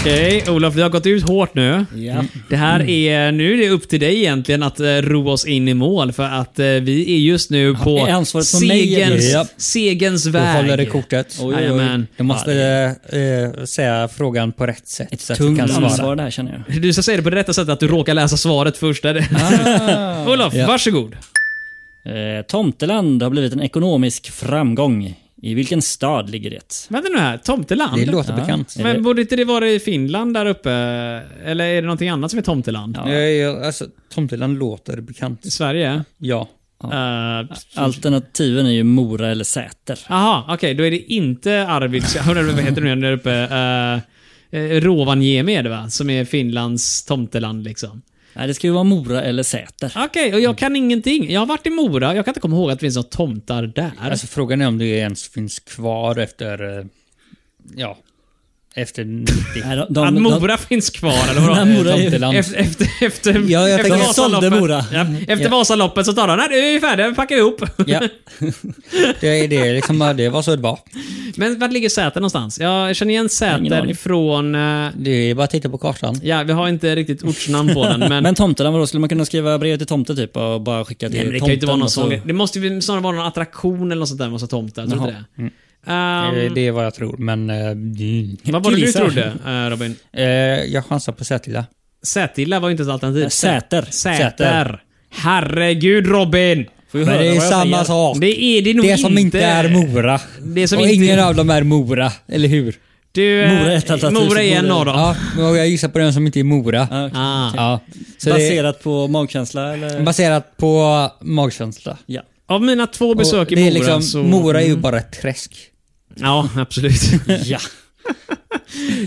B: Okej, Olof, vi har gått ut hårt nu.
A: Ja.
B: Det här är, nu är det upp till dig egentligen att eh, ro oss in i mål för att eh, vi är just nu på
A: är ansvaret på mig
B: segens,
A: igen?
C: Ja.
B: segens
C: Du
B: väg.
C: håller i kortet.
A: Oj, oj, oj.
B: Jajamän.
C: Jag måste eh, eh, säga frågan på rätt sätt så att du
A: Mm. Tungt
C: kan svara.
A: ansvar det här känner jag.
B: Du ska säga det på det rätta sättet, att du råkar läsa svaret först. Där. [LAUGHS] Olof, varsågod.
A: Eh, Tomteland har blivit en ekonomisk framgång. I vilken stad ligger det?
B: Vänta nu här, Tomteland?
C: Det låter bekant.
A: Ja.
B: Men borde inte det vara i Finland där uppe? Eller är det någonting annat som är Tomteland?
C: Ja. Jag, alltså, Tomteland låter bekant.
B: I Sverige? Eh,
C: Ja.
B: Ja.
A: Alternativen är ju Mora eller Säter.
B: Jaha, okej. då är det inte Arvids... Jag undrar vad heter det nu där uppe? Eh, eh, Rovaniemi är det va? Som är Finlands tomteland liksom.
A: Nej, det ska ju vara Mora eller Säter.
B: Okej, och jag kan ingenting. Jag har varit i Mora, jag kan inte komma ihåg att det finns några tomtar där.
C: Alltså frågan är om det ens finns kvar efter... eh, Ja. Efter 90.
A: Nej, de,
B: att
A: de, de,
B: Mora finns kvar, eller vadå?
A: Nej, Mora är-
C: Tomteland.
B: Efter, efter, efter,
C: Ja, jag
B: efter
C: tänker-
A: sålde Mora.
B: Ja, efter
C: Ja.
B: Vasaloppet så tar de, nej nu är vi färdiga, vi packar ihop.
C: Ja. [LAUGHS] Det är det liksom. bara Det var så det var.
B: Men vart ligger Säter någonstans? Jag känner igen
A: Ingen
B: Säter
A: aning.
B: ifrån... eh,
C: Det är bara att titta på kartan.
B: ja, vi har inte riktigt ortsnamn på den, men...
A: [LAUGHS] men Tomteland, vadå? Skulle man kunna skriva brev till Tomte typ och bara skicka till
B: Nej, men det
A: Tomten?
B: kan ju
A: alltså.
B: inte vara någon
A: och så-
B: sång. Det måste ju snarare vara någon attraktion eller något sånt där med massa tomtar. Tror du inte det?
A: Mm.
B: Ehm,
C: Eh, Det är vad jag tror, men... eh, mm.
B: vad var det du
A: Killgissar.
B: trodde, eh, Robin?
C: Eh, Jag chansar på Sätila.
B: Sätilla var ju inte ett alternativ.
A: Nej, Eh, Säter.
B: Säter. Herregud Robin!
A: Får vi
C: Men
A: höra
C: det är ju
A: vad jag
C: samma
A: säger?
C: sak.
B: Det är det nog
C: Det som inte är Mora.
B: Det som
C: och
B: inte-
C: ingen av dem är Mora, eller hur?
B: Du, eh,
A: Mora är ett alternativ,
B: Mora är
A: så
B: en
A: borde-
B: av dem.
C: Ja, och jag gissar på den som inte är Mora.
A: Ja, okej.
B: Ah.
C: Ja. Så det
A: Baserat på magkänsla
C: är
A: eller?
C: baserat på magkänsla.
A: ja.
B: Av mina två
C: Och
B: besök i
C: det
B: Mora
C: är liksom,
B: så... Mm.
C: Mora är ju bara ett träsk.
B: Ja,
C: [LAUGHS]
B: absolut.
A: ja.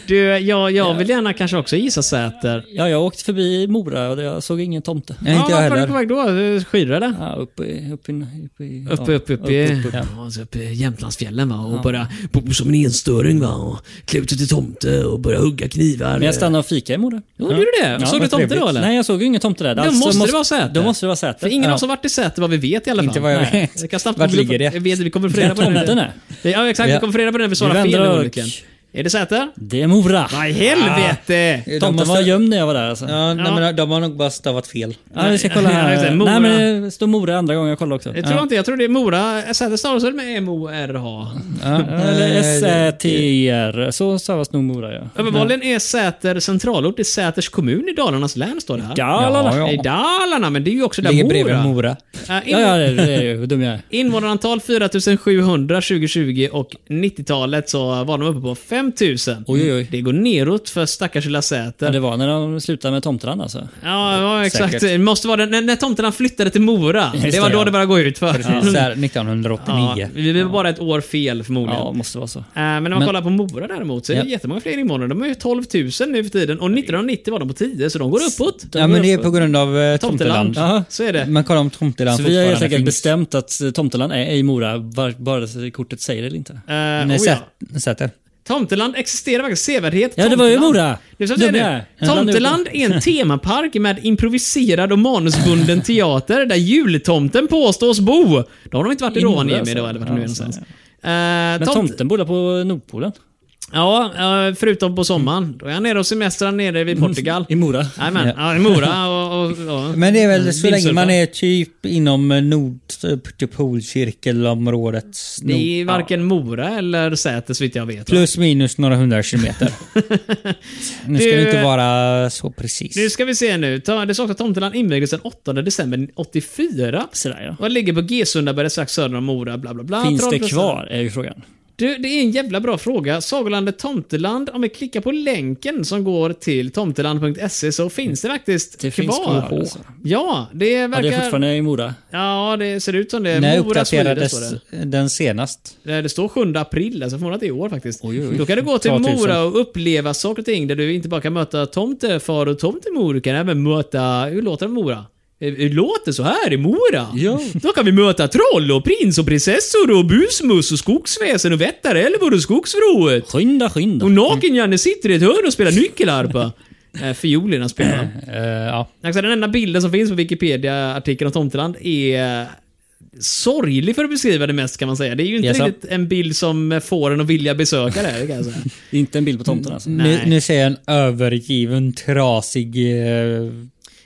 B: Du, eh, jag, jag vill gärna kanske också gissa Säter.
A: Ja, jag åkte förbi Mora och jag såg ingen tomte.
C: Jag är inte jag
B: vart var du på
C: heller.
B: väg då? Skidor eller?
A: Ja, uppe i... Uppe, i- uppe, i- ja.
B: Uppe, uppe, uppe, i-
A: uppe.
B: ja, alltså uppe i Jämtlandsfjällen va? och bara bo som en enstöring va? och klä ut sig till tomte och börja hugga knivar.
A: Men jag stannade och fikade i Mora.
B: Jo, gjorde du det? Såg du
A: vad
B: tomte
A: trevligt.
B: då, eller?
A: Nej, jag såg ju ingen tomte där.
B: Då måste det vara Säter.
A: Då måste det vara
B: För
A: Säter.
B: ingen av
A: ja.
B: oss har varit i Säter vad vi vet i alla fall.
C: Inte vad jag
B: Nej.
C: vet.
B: Det kan snabbt
C: Vart
B: komma-
C: ligger det?
B: Jag vet, vi kommer få reda
A: Där
B: på det.
A: tomten är.
B: Ja, exakt. Vi
C: Ja.
B: kommer få reda på det när vi
A: Vi
B: svarar fel
A: vänder
B: i
A: och-
B: olyckan. Är det Säter?
A: Det är Mora.
B: Nej, helvete!
C: De
A: Tomten
C: Eh, måste-
A: var gömd när jag var där alltså. Ja.
C: Ja,
B: Ja.
C: Nej, men de har nog bara stavat fel.
A: vi ska
B: [LAUGHS]
A: kolla
B: Ja, just
A: här.
B: det, Mora.
A: Nej men det står Mora andra gången jag kollade också.
B: Jag tror inte, jag tror det är Mora. Säter stavas väl med M-O-R-H?
C: Ja.
A: Eller E S-Ä-T-R. Så stavas nog Mora ja.
B: Uppenbarligen är Säter centralort i Säters kommun i Dalarnas län, står det här.
A: Dalarna.
C: Ja,
B: I Dalarna, men det är ju också där
C: Ligger bredvid
B: Mora.
C: Mora.
B: Äh, in-
A: Ja, ja, det det är ju. Hur dum jag är.
B: Invånarantal 4700 2020 och 90-talet så var de uppe på 5000.
A: Oj, oj, oj.
B: Det går neråt för stackars lilla
A: Men
B: Säter.
A: det var när de slutade med tomtran alltså.
B: Ja, ja, exakt.
C: Säkert.
B: Det måste vara den, när, när tomterna flyttade till Mora.
A: Just
B: det var
A: det,
B: då
A: ja.
B: det började gå ut för. Mm.
C: Precis, där 1989.
B: Ja, vi vi var bara ett år fel förmodligen.
A: Ja, måste vara så.
B: Eh, Men när man kollar på Mora däremot så är det
C: Ja.
B: jättemånga fler invånare. De är ju 12 000 nu för tiden och 1990 var de på 10 så de går uppåt.
C: Ja, men det är på grund av eh,
B: Tomteland.
C: Tomteland.
A: Ja.
B: Så är det.
C: Man kollar om Tomteland
A: Så vi har helt
C: fortfarande
A: enkelt
C: finns.
A: bestämt att eh, Tomteland är i Mora, var- bara så kortet säger det eller inte.
B: Eh,
C: Nej,
B: oh ja.
C: Sä- Säter.
B: Tomteland existerar faktiskt. Sevärdhet.
A: Ja, det var ju
B: Tomteland.
A: Mora.
B: Nu ska jag säga
A: Dubbla.
B: det.
A: Ja.
B: Tomteland är
A: [LAUGHS]
B: en temapark med improviserad och manusbunden teater där jultomten påstås bo. Då har de inte varit i
A: I Mora,
B: Rovaniemi
A: så.
B: då, eller vart de
A: Ja,
B: nu är
A: så,
B: någonstans.
A: ja.
B: Eh,
A: Men
B: tomt-
A: tomten bor där på Nordpolen.
B: Ja, eh, förutom på sommaren. Då är han nere och semestrar nere vid
A: [LAUGHS]
B: Portugal.
A: I Mora.
B: Jajamän, ja. i Mora och... och, och
C: Men det är väl så länge
B: vindsurfar.
C: man är typ inom eh, nord typ polcirkelområdet.
B: Det
C: nord-
B: är varken Mora eller Säter så vitt jag vet. va?
C: Plus minus några hundra kilometer. nu ska
B: Du-
C: det inte vara så precis.
B: Nu ska vi se nu. Ta- Det saknas Tomteland invigdes den 8 december 84.
A: Sådär ja.
B: Och det ligger på G-Sundaberget strax söder om Mora, bla bla bla.
A: Finns det
B: Trollhättan-
A: kvar, är ju frågan.
B: Du, det är en jävla bra fråga. Sagolandet Tomteland, om vi klickar på länken som går till tomteland.se så finns det faktiskt kvar.
A: Det finns kvar, alltså.
B: Ja, det
A: Ja,
B: verkar...
A: det är fortfarande i Mora.
B: Ja, det ser ut som det.
C: När
B: Mora Sweden står
C: uppdaterades
B: det.
C: den senast?
B: Nej, Det står 7 april, alltså förmodligen att det är i år faktiskt.
A: Oj, oj.
B: Då kan du gå till
C: 2000.
B: Mora och uppleva saker och ting där du inte bara kan möta tomtefar och tomtemor, du kan även möta... Hur låter det i Mora? Eh, Det låter så här i Mora.
A: Ja.
B: Då kan vi möta troll och prins och prinsessor och busmus och skogsväsen och vättarälvor och skogsvrået.
A: Skynda, skynda.
B: Och Naken-Janne sitter i ett hörn och spelar nyckelharpa. Eh, Fiolerna spelar han.
C: Eh, ja.
B: Alltså, den enda bilden som finns på Wikipedia-artikeln om Tomteland är eh, sorglig för att beskriva det mest kan man säga. Det är ju inte
C: Jaså?
B: riktigt en bild som får en att vilja besöka det. här, det kan jag säga.
A: Det är inte en bild på tomten alltså.
B: Nej.
C: Nu, nu ser jag en övergiven, trasig... Eh,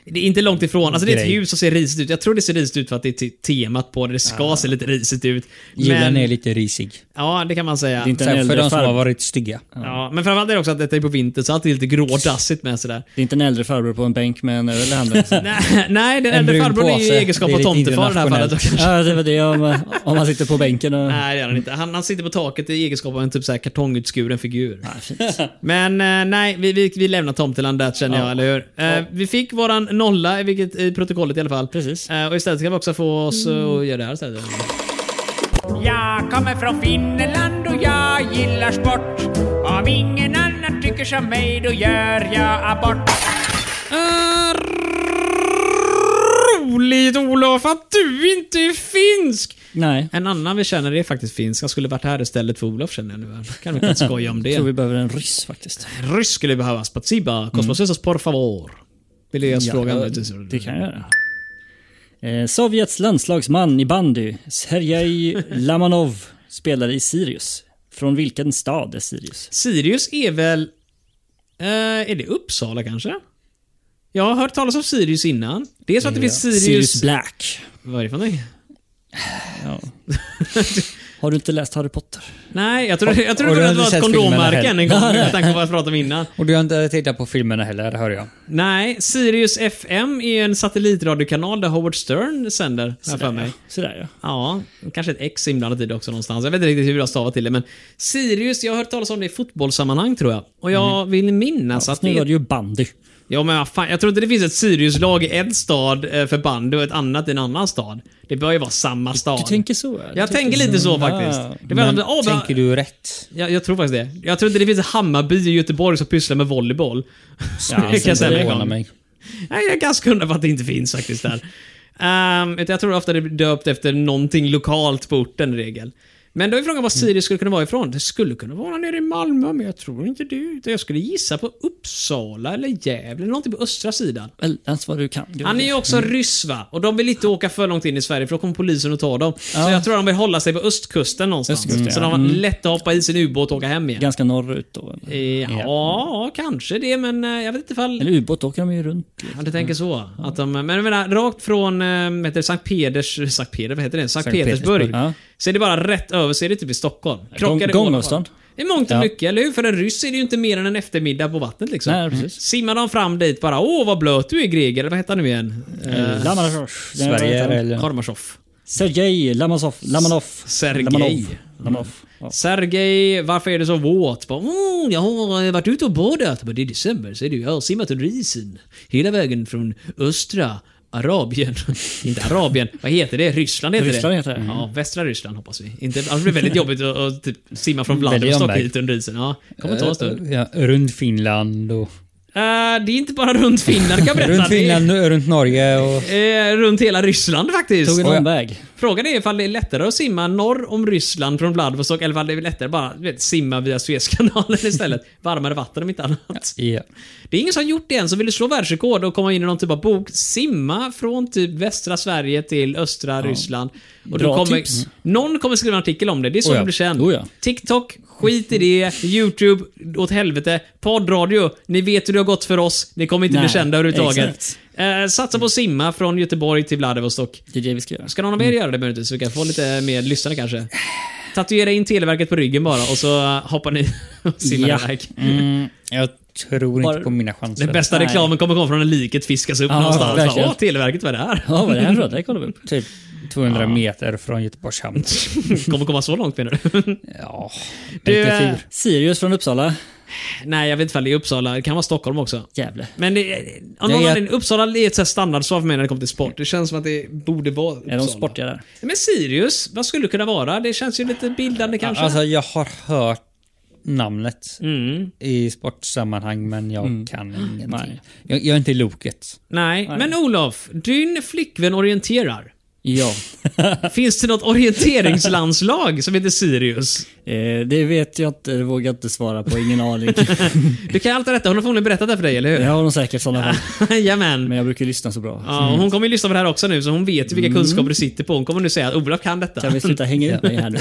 B: Det är inte långt ifrån. Alltså, det är ett
C: Grej.
B: hus som ser risigt ut. Jag tror det ser risigt ut för att det är te- temat på det. Det ska se lite risigt ut.
C: julen
B: Men,
C: är Ah. lite risig.
B: ja, det kan man säga.
A: Det är inte en
C: Särskilt för
A: äldre
C: de som har
A: farbror.
C: varit stygga.
B: Ja, men framförallt är det också att detta är på vinter, så allt är lite grådassigt med sådär.
A: Det är inte en äldre farbror på en bänk med en öl i handen. alltså.
B: [LAUGHS] Nej, nej den
C: En
B: äldre
C: brun
B: farbrorn är ju i
C: påse.
B: egenskap
C: Det är
B: av
C: lite
B: tomtefar i det här fallet. då [LAUGHS] kanske.
A: Ja, det var det om, om man sitter på bänken och...
B: Nej, det är han inte. Han, han sitter på taket i egenskap av en typ så här kartongutskuren figur.
A: Ah, fint.
B: Men eh, nej, vi, vi, vi lämnar Tomteland där känner jag, eller hur? Eh, Vi fick våran nolla, i vilket, i protokollet i alla fall.
A: Precis.
B: Eh, och istället ska vi också få oss eh, att göra det här istället.
E: Jag kommer från Finland och jag gillar sport. Om ingen annan tycker som mig då gör jag abort.
B: Eh, roligt Olof att du inte är finsk!
A: Nej.
B: En annan vi känner är faktiskt finsk. Han skulle varit här istället för Olof känner jag nu. Kan vi inte skoja om
A: Jag tror vi
B: det.
A: behöver en ryss faktiskt.
B: Rysk skulle behövas. Patsiba, kosmosesas por favor. Vill jag fråga.
A: Ja, Det kan jag göra. Eh, Sovjets landslagsman i bandy, Sergej Lamanov, spelade i Sirius. Från vilken stad är Sirius?
B: Sirius är väl... Eh, är det Uppsala kanske? Jag har hört talas om Sirius innan. Det är så att det finns Sirius...
A: Sirius Black.
B: Vad är det för någonting?
A: Ja. Har du inte läst Harry Potter?
B: Nej, jag trodde, jag
C: Och- och
B: trodde
C: du
B: det
C: har inte
B: var ett
C: sett filmerna
B: kondommärken
C: heller.
A: [LAUGHS]
B: en gång med tanke på vad jag pratade om innan.
C: Och du har inte tittat på filmerna heller, hör jag.
B: Nej, Sirius FM är en satellitradiokanal där Howard Stern sänder, har jag för mig.
A: Sådär ja.
B: Ja, kanske ett X inblandat i det också någonstans. Jag vet inte riktigt hur jag stavar till det, men Sirius, jag har hört talas om det i fotbollssammanhang tror jag. Och jag
C: Mm.
B: vill minnas att
A: Fast
B: det
A: nu
B: är
A: var det ju bandy.
B: Ja men vad fan, jag tror inte det finns ett Sirius-lag i en stad eh, för bandy och ett annat i en annan stad. Det bör ju vara samma stad.
A: Du tänker så? ja. Du
B: jag tänker lite så faktiskt.
A: Ah.
B: Det var,
C: Men
B: oh,
C: tänker du rätt?
B: jag, jag tror faktiskt det. Jag tror inte det finns ett Hammarby i Göteborg som pysslar med volleyboll.
C: Ja,
B: jag [LAUGHS] kan
C: Alltså, det
B: säga
C: förvånar
B: en gång.
C: mig.
B: Nej, jag är ganska hundra på att det inte finns faktiskt där. Ehm, utan jag tror ofta det är döpt efter någonting lokalt på orten i regel. Men då är frågan var Sirius skulle kunna vara ifrån. Det skulle kunna vara nere i Malmö, men jag tror inte det. Utan Jag skulle gissa på Uppsala eller Gävle, någonting på östra sidan.
A: Väldigt alltså, vad du kan. Du-
B: Han är ju också
A: Mm.
B: ryss va? Och de vill inte åka för långt in i Sverige för då kommer polisen och tar dem. Så jag tror de vill hålla sig på östkusten någonstans.
A: Östkusten,
B: Så
A: ja. Mm.
B: de har lätt att hoppa i sin ubåt och åka hem igen.
A: ganska norrut då.
B: Ja, kanske det, men eh, jag vet inte ifall...
A: Eller ubåt åker de ju runt.
B: Ja, du tänker så. Att de, men jag menar, rakt från eh, vad heter det, Sankt Peders... Sankt Peder, vad heter det? Sankt,
C: Sankt
B: Petersburg.
C: Petersburg,
A: ja.
B: Så är det bara rätt över, så är det typ i Stockholm. Krockar det
A: gång-
B: åt-
A: gångavstånd.
B: Det är mångt och
A: Ja.
B: mycket, eller hur? För en ryss är det ju inte mer än en eftermiddag på vattnet liksom.
A: Nej, precis.
B: Simmar de fram dit bara, åh vad blöt du är Greger, eller vad heter han nu igen? Eh,
A: Lamanov.
C: Sverige eller...
B: Kormasjov.
A: Sergej Lamanov. Lamanov.
B: Sergej.
A: Lamanov. Lamanov. Ja.
B: Sergej, varför är det så våt? Bara, "Mm, jag har eh, varit ute och badat. Men det är december, så är det, ju. jag har simmat under isen. Hela vägen från östra Arabien. [LAUGHS] Inte Arabien, vad heter det? Ryssland heter
A: Ryssland
B: det.
A: heter det.
B: Ja, västra Ryssland hoppas vi. Inte, annars blir det väldigt jobbigt att, att typ, simma från Vladivostok
C: omväg.
B: hit under isen. Ja, kommer
A: Eh,
B: ta en stund.
C: Ja, runt Finland och...
B: Eh, det är inte bara runt Finland
A: [LAUGHS]
B: kan jag berätta.
C: Runt Finland, runt Norge och...
B: Det är, eh, runt hela Ryssland faktiskt.
A: Tog en
C: Och jag-
A: omväg.
B: Frågan är ifall det är lättare att simma norr om Ryssland från Vladivostok eller ifall det är lättare att bara du vet, simma via Suezkanalen
A: [LAUGHS]
B: istället. Varmare vatten om inte annat.
C: Ja.
B: Det är ingen som har gjort det än, så vill du slå världsrekord och komma in i någon typ av bok, simma från typ västra Sverige till östra Ryssland. Och du
A: Bra
B: kommer,
A: tips.
B: Någon kommer skriva en artikel om det, det är så
C: Oh ja.
B: du blir känd.
A: Oh ja.
B: TikTok, skit i det. YouTube, åt helvete. Poddradio, ni vet hur det har gått för oss. Ni kommer inte bli
A: Nej,
B: kända överhuvudtaget.
A: exakt.
B: Eh, satsa på att simma från Göteborg till Vladivostok.
A: Det är det vi ska göra.
B: Ska någon av er göra det möjligtvis? Så vi kan få lite mer lyssnare kanske. Tatuera in Televerket på ryggen bara och så eh, hoppar ni [LAUGHS] och simmar
A: Ja.
B: iväg.
C: Mm, jag tror
A: Bara-
C: inte på mina chanser.
B: Den bästa
A: Nej.
B: reklamen kommer komma från när liket fiskas upp
A: Ja,
B: någonstans.
A: verkligen.
B: Bara, Åh, Televerket, vad är det här?
A: Ja, vad är det här för Det kollar vi upp.
C: Typ 200 meter från Göteborgs hamn.
B: [LAUGHS] [LAUGHS] kommer komma så långt menar du? [LAUGHS]
C: Ja,
B: Du,
C: inte
B: eh,
C: fyr.
A: Sirius från Uppsala.
B: Nej, jag vet inte ifall det är Uppsala. Det kan vara Stockholm också.
A: Gävle.
B: Men det, om
C: Jag-
B: någon
C: jag-
B: anledning, Uppsala är ett så här standardsvar för mig när det kommer till sport. Det känns som att det borde vara Uppsala.
A: Är de
B: [LAUGHS]
A: sportiga där?
B: Men Sirius, vad skulle det kunna vara? Det känns ju lite bildande kanske.
C: Alltså, jag har hört namnet
B: mm.
C: i sportsammanhang, men jag kan ingenting.
A: Nej.
C: Jag, jag är inte i loket.
B: Nej. men Olof. Din flickvän orienterar.
A: Ja.
B: Finns det något orienteringslandslag som heter Sirius?
A: Eh, det vet jag inte. Det vågar jag inte svara på.
B: [LAUGHS]
A: Ingen aning.
B: Du kan allt detta. Hon har förmodligen berättat det för dig, eller hur?
A: Det har de säkert i sådana fall.
B: Jajamän.
A: Men jag brukar ju lyssna så bra.
B: Ja, och hon kommer ju lyssna på det här också nu, så hon vet ju vilka kunskaper du sitter på. Hon kommer nu säga att Olof kan detta.
A: Kan vi sluta hänga ut mig här nu?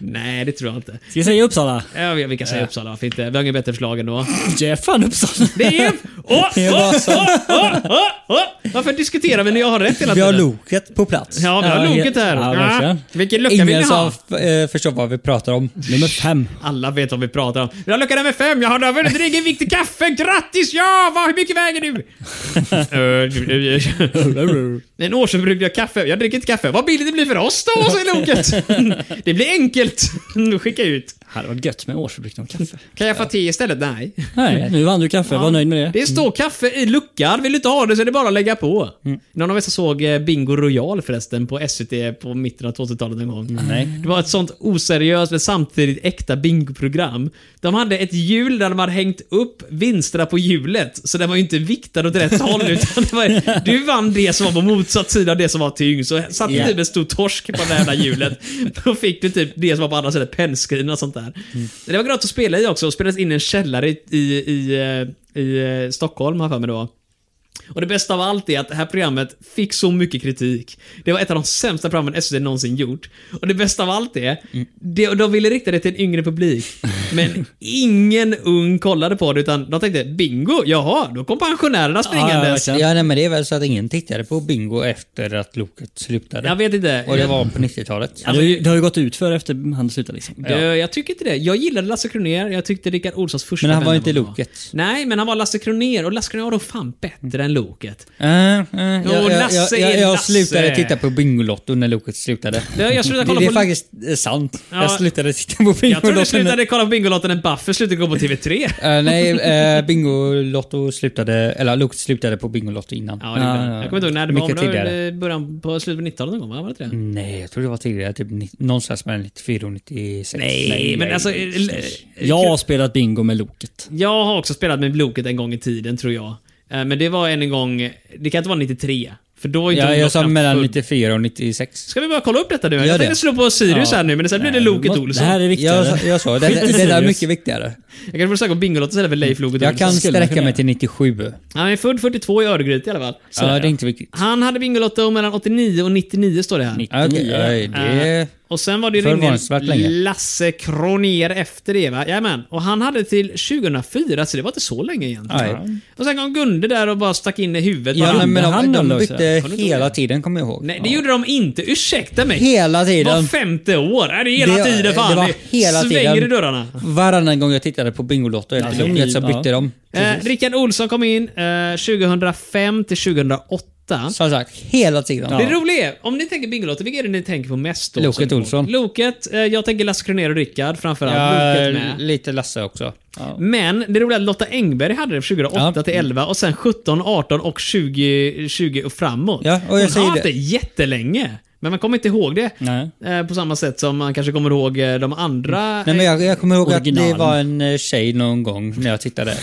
B: Nej, det tror jag inte.
A: Ska jag säga Uppsala?
B: Ja, vi- vi kan säga Uppsala, varför inte? Vi har inget bättre förslag ändå.
A: Det är
B: [LAUGHS]
A: fan Uppsala.
B: Det är... Åh, åh, åh, åh, åh, åh. Varför diskuterar vi när jag har rätt hela
C: Vi har
B: tiden?
C: loket på plats.
B: Ja, vi har
A: Ja,
B: loket här.
A: ja, verkligen.
B: vilken lucka vill
C: Ingen
B: ni
C: som
B: ha?
C: f- eh, förstår vad vi pratar om.
A: Nummer
B: [LAUGHS]
A: fem.
B: Alla vet vad vi pratar om. Jag har lucka nummer fem, jag har över en egen viktig kaffe. Grattis! Ja! Vad, hur mycket väger du? Eh, en årsförbrukning av kaffe. Jag dricker inte kaffe. Vad billigt det blir för oss då, säger Loket. det blir enkelt. Skicka ut.
A: Hade varit gött med årsförbrukning av kaffe.
B: Kan jag få te istället? Nej.
A: Nej, nu vann du kaffe. Var nöjd med det.
B: Det står kaffe i luckan. Vill du inte ha det så är det bara att lägga på. Någon av er som såg eh, Bingo Royal förresten på SVT på mitten av 2000-talet en gång.
C: Nej.
B: Det var ett sånt oseriöst men samtidigt äkta bingoprogram. De hade ett hjul där de hade hängt upp vinsterna på hjulet. Så den var ju inte viktad åt rätt håll. Utan det var, du vann det som var på motsatt sida av det som var tyngst. Så satte du
A: Ja.
B: typ en stor torsk på det här hjulet. Då fick du typ det som var på andra sidan, pennskrin och sånt där. Det var gratis att spela i också. och Spelades in i en källare i, i, i, eh, i eh, Stockholm, har jag för mig då. Och det bästa av allt är att det här programmet fick så mycket kritik. Det var ett av de sämsta programmen SVT någonsin gjort. Och det bästa av allt är,
C: Mm.
B: det, de ville rikta det till en yngre
C: [LAUGHS]
B: publik. Men ingen ung kollade på det, utan de tänkte bingo, jaha, då kom pensionärerna springandes.
A: verkligen.
C: Ja, nej, men det är väl så att ingen tittade på bingo efter att loket slutade.
B: jag vet inte.
C: Och det var på 90-talet.
A: Ja, det, har ju, det har ju gått ut för efter han slutade liksom.
B: Jag, jag tycker inte det. Jag gillade Lasse Kronér, jag tyckte Rickard Olssons första
C: Men han var
B: band
C: inte i
B: bra.
C: Loket.
B: Nej, men han var Lasse Kronér och Lasse Kronér var då fan bättre än Loket.
C: Eh, eh, jag,
B: Jo,
C: jag,
B: Lasse
C: jag,
B: är
C: jag, jag
B: Lasse.
C: slutade titta på Bingolotto när loket slutade.
B: Jag, jag
C: Det,
B: slutade kolla
C: det är
B: på...
C: faktiskt eh, sant.
B: Ja.
C: Jag slutade titta på Bingolotto.
B: jag
C: [LAUGHS]
B: tror du
C: när-
B: slutade kolla på Bingolotten när Buffer slutade gå på TV3.
C: Eh, nej, eh, Bingolotto slutade, eller loket slutade på Bingolotto innan. Ah,
B: Ja, det är bra. Jag kommer inte ihåg när det var,
C: Mycket
B: men det var
C: tidigare.
B: väl i början på slutet på 90-talet någon gång, va? var det inte det?
C: Nej, jag tror det var tidigare. Typ ni- någonstans mellan 94 och 96.
B: Nej, men alltså... eh,
A: Jag har spelat bingo med Loket.
B: Jag har också spelat med Bloket en gång i tiden, tror jag. Eh, Men det var en gång... Det kan inte vara 93. För då är inte
C: Ja,
B: Olof
C: jag sa
B: knappt
C: mellan
B: full.
C: 94 och 96.
B: Ska vi bara kolla upp detta nu? Jag
C: Gör
B: tänkte
C: det.
B: slå på Sirius här nu, men sen blev det Loket
A: Vad-
B: Olsson.
A: Det här är viktigare.
C: Jag, sa- jag sa det.
A: Skit i
C: Det där är
A: Sirius.
C: mycket viktigare.
B: Jag kanske borde söka på Bingolotto istället för Leif Loket
C: Jag kan
B: Olsson.
A: skulle man
C: sträcka
A: kunna
C: mig till 97.
B: Han är född 42 i Örgryte i alla fall.
C: Ja, det är inte viktigt.
B: Han hade Bingolotto mellan 89 och 99 står det här.
C: Ja, Okej,
A: 99.
C: ja, det...
B: Eh, Och sen var det ju
C: Förvånansvärt länge.
B: rimligen Lasse Kroner efter det va? Jajamän. Och han hade till 2004, så det var inte så länge egentligen.
C: Nej.
B: Och sen kom Gunde där och bara stack in i huvudet.
C: Ja,
B: bara,
C: nej, men de,
A: han noll
C: de
A: också?
C: bytte
B: Har du inte
C: hela
B: det?
C: tiden, kommer jag ihåg.
B: Nej, det gjorde de inte. Ursäkta mig.
C: Hela
B: var
C: tiden.
B: femte år. Nej, det är hela
C: Det-
B: tiden fan.
C: det var hela
B: svänger
C: tiden.
B: i dörrarna.
C: Varannan gång jag tittade på Bingolotto efter
A: Alltså,
C: Loket så
A: ja.
C: bytte de.
B: Eh, Rickard Olsson kom in eh, 2005 till 2008.
C: Som sagt, hela tiden.
B: Det roliga är, om ni tänker Bingolotto, vilka är det ni tänker på mest? då?
C: Loket
B: Som ni kommer
C: Olsson.
B: ihåg? Loket, eh, jag tänker Lasse Kronér och Rickard framförallt.
C: Ja,
B: Loket med.
C: lite Lasse också. Ja.
B: Men det roliga är att Lotta Engberg hade det 2008
C: Ja.
B: till 11 och sen 17, 18 och 20, 20 och framåt.
C: Ja, och jag
B: Hon
C: säger
B: har haft det
C: det.
B: jättelänge. Men man kommer inte ihåg det.
A: Nej.
B: Eh, På samma sätt som man kanske kommer ihåg eh, de andra...
C: Nej, Mm. men jag, jag kommer ihåg att det
A: Originalen.
C: var en eh, tjej någon gång när jag tittade.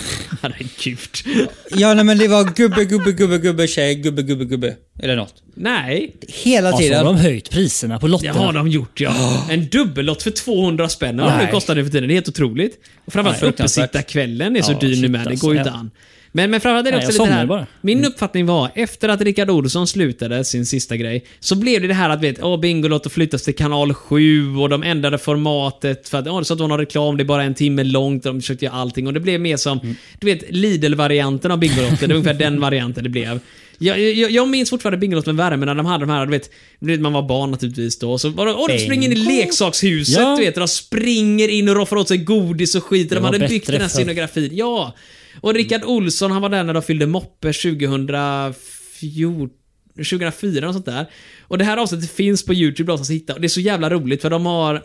B: [LAUGHS] Herregud.
C: Ja, nej, men det var gubbe, gubbe, gubbe, gubbe, tjej, gubbe, gubbe, gubbe. Eller något.
B: Nej,
C: Hela
A: Ja, så har
C: tiden.
A: de höjt priserna på
B: det har
A: lotterna.
B: de gjort ja. En dubbellott för 200 spänn. Vad det nu
A: Nej.
B: kostar nu för tiden. Det är helt otroligt. Och framförallt
C: Nej, fruktansvärt.
B: uppesittarkvällen är så
A: Ja,
B: dyr nu
A: shit,
B: med. Det
A: alltså.
B: går ju inte
A: Ja.
B: an. Men, men framförallt är det
A: Nej, jag
B: också lite
A: somnar
B: här.
A: bara.
B: Min uppfattning var, efter att Rickard Olsson slutade sin sista grej, så blev det det här att vet, oh, Bingolotto flyttas till kanal 7 och de ändrade formatet för att oh, det sa att det var någon reklam, det är bara en timme långt och de försökte göra allting. Och det blev mer som, du vet, Lidl-varianten av Bingolotto. det var ungefär den varianten det blev. Jag, jag, jag minns fortfarande Bingolotto med värme när de hade de här, du vet, du vet, man var barn naturligtvis då. Så var det, åh, de springer in i leksakshuset,
A: Ja.
B: du vet, och de springer in och roffar åt sig godis och skit. De
A: var
B: hade byggt
A: bättre
B: den här
A: förr.
B: scenen scenografin. Ja! Och Rickard Olsson, han var där när de fyllde moppe 2014. 2004 och sånt där. Och det här avsnittet finns på YouTube också att hitta. Och det är så jävla roligt för de har...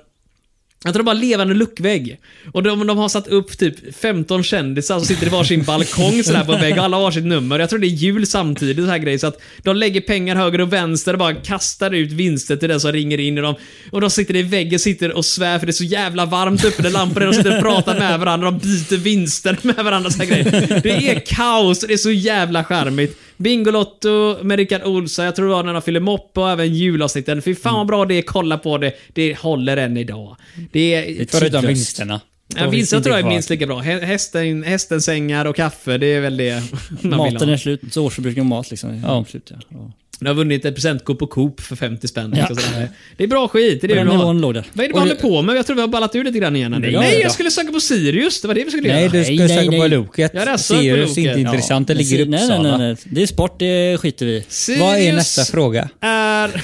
B: Jag tror de har levande luckvägg. Och de, de har satt upp typ 15 kändisar som sitter i
A: [LAUGHS]
B: varsin balkong sådär på en vägg och alla har sitt nummer. Jag tror det är jul samtidigt så här grejer. Så att de lägger pengar höger och vänster och bara kastar ut vinster till den som ringer in i dem. Och de sitter i väggen, sitter och svär för det är så jävla varmt uppe där lamporna de sitter och pratar med varandra. De byter vinster [LAUGHS] med varandra så här grejer. Det är kaos och det är så jävla charmigt. Bingolotto med Rickard Olsson, jag tror det var när de fyller mopp och även julavsnitten. Fy fan vad bra det är, kolla på det. Det håller än idag. Det är...
C: Förutom vinsterna.
B: Ja,
C: De finns
B: vinster
C: inte
B: tror jag är
C: kvar.
B: minst lika bra. Hä- Hästen, hästens sängar och kaffe, det är väl det man vill
A: Maten
B: ha.
A: är slut, så årsförbrukning av mat liksom. Ja. Slut, ja. Ja.
B: Du har vunnit ett presentkort på Coop för 50 spänn.
A: Ja.
B: Och sådär. Det är bra skit, det är det
A: Den
B: vi har.
A: nivån låg där.
B: Vad är det vi håller på med? Jag tror vi har ballat ur lite grann igen. här nu.
A: Det gör
B: Nej,
A: vi
B: jag
A: då.
B: skulle söka på Sirius. Det var det vi skulle
C: Nej,
B: göra.
C: du
A: Nej,
C: ska
A: nej,
C: söka på
A: nej.
C: Loket.
B: Jag röstar på
C: Sirius är
B: Loket.
C: inte intressant. Det
A: Men
C: ligger i
A: si- nej, nej, nej,
C: Uppsala.
A: nej. Det är sport, det skiter vi i.
B: Sirius
C: Vad är nästa fråga?
B: är-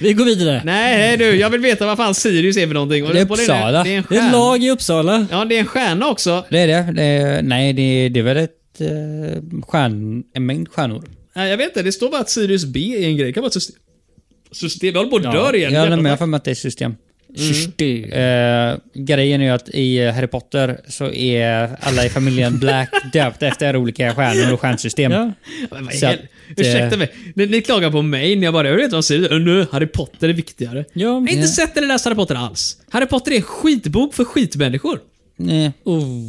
A: Vi går vidare.
B: Nej, nej du. Jag vill veta vad fan Sirius är för någonting. Och
C: Det är
B: på den-
C: Uppsala.
B: Det är en
A: Det är ett
B: stjärna.
A: lag i Uppsala.
B: Ja, det är en stjärna också.
C: Det är det. det är, nej, det, det är väl ett eh, stjärn, en mängd stjärnor.
B: Nej, Jag vet inte, det står bara att Sirius B är en grej. Det kan vara ett system. System. Vi håller på att dö igen.
C: Jag håller
B: Jävlar.
C: med, jag har för mig att det är system.
A: Kirsti.
C: Eh, grejen är ju att i eh, Harry Potter så är alla i familjen Black döpt efter olika stjärnor och stjärnsystem.
A: Ja.
B: Men vad i
C: Så
B: hel-
C: att,
B: Ursäkta
C: eh,
B: mig. Ni, ni klagar på mig när jag bara, jag vet inte vad Sirius är. Nu, Harry Potter är viktigare.
A: Ja,
B: jag har inte
A: ja.
B: sett eller läst Harry Potter alls. Harry Potter är en skitbok för skitmänniskor.
C: Nej,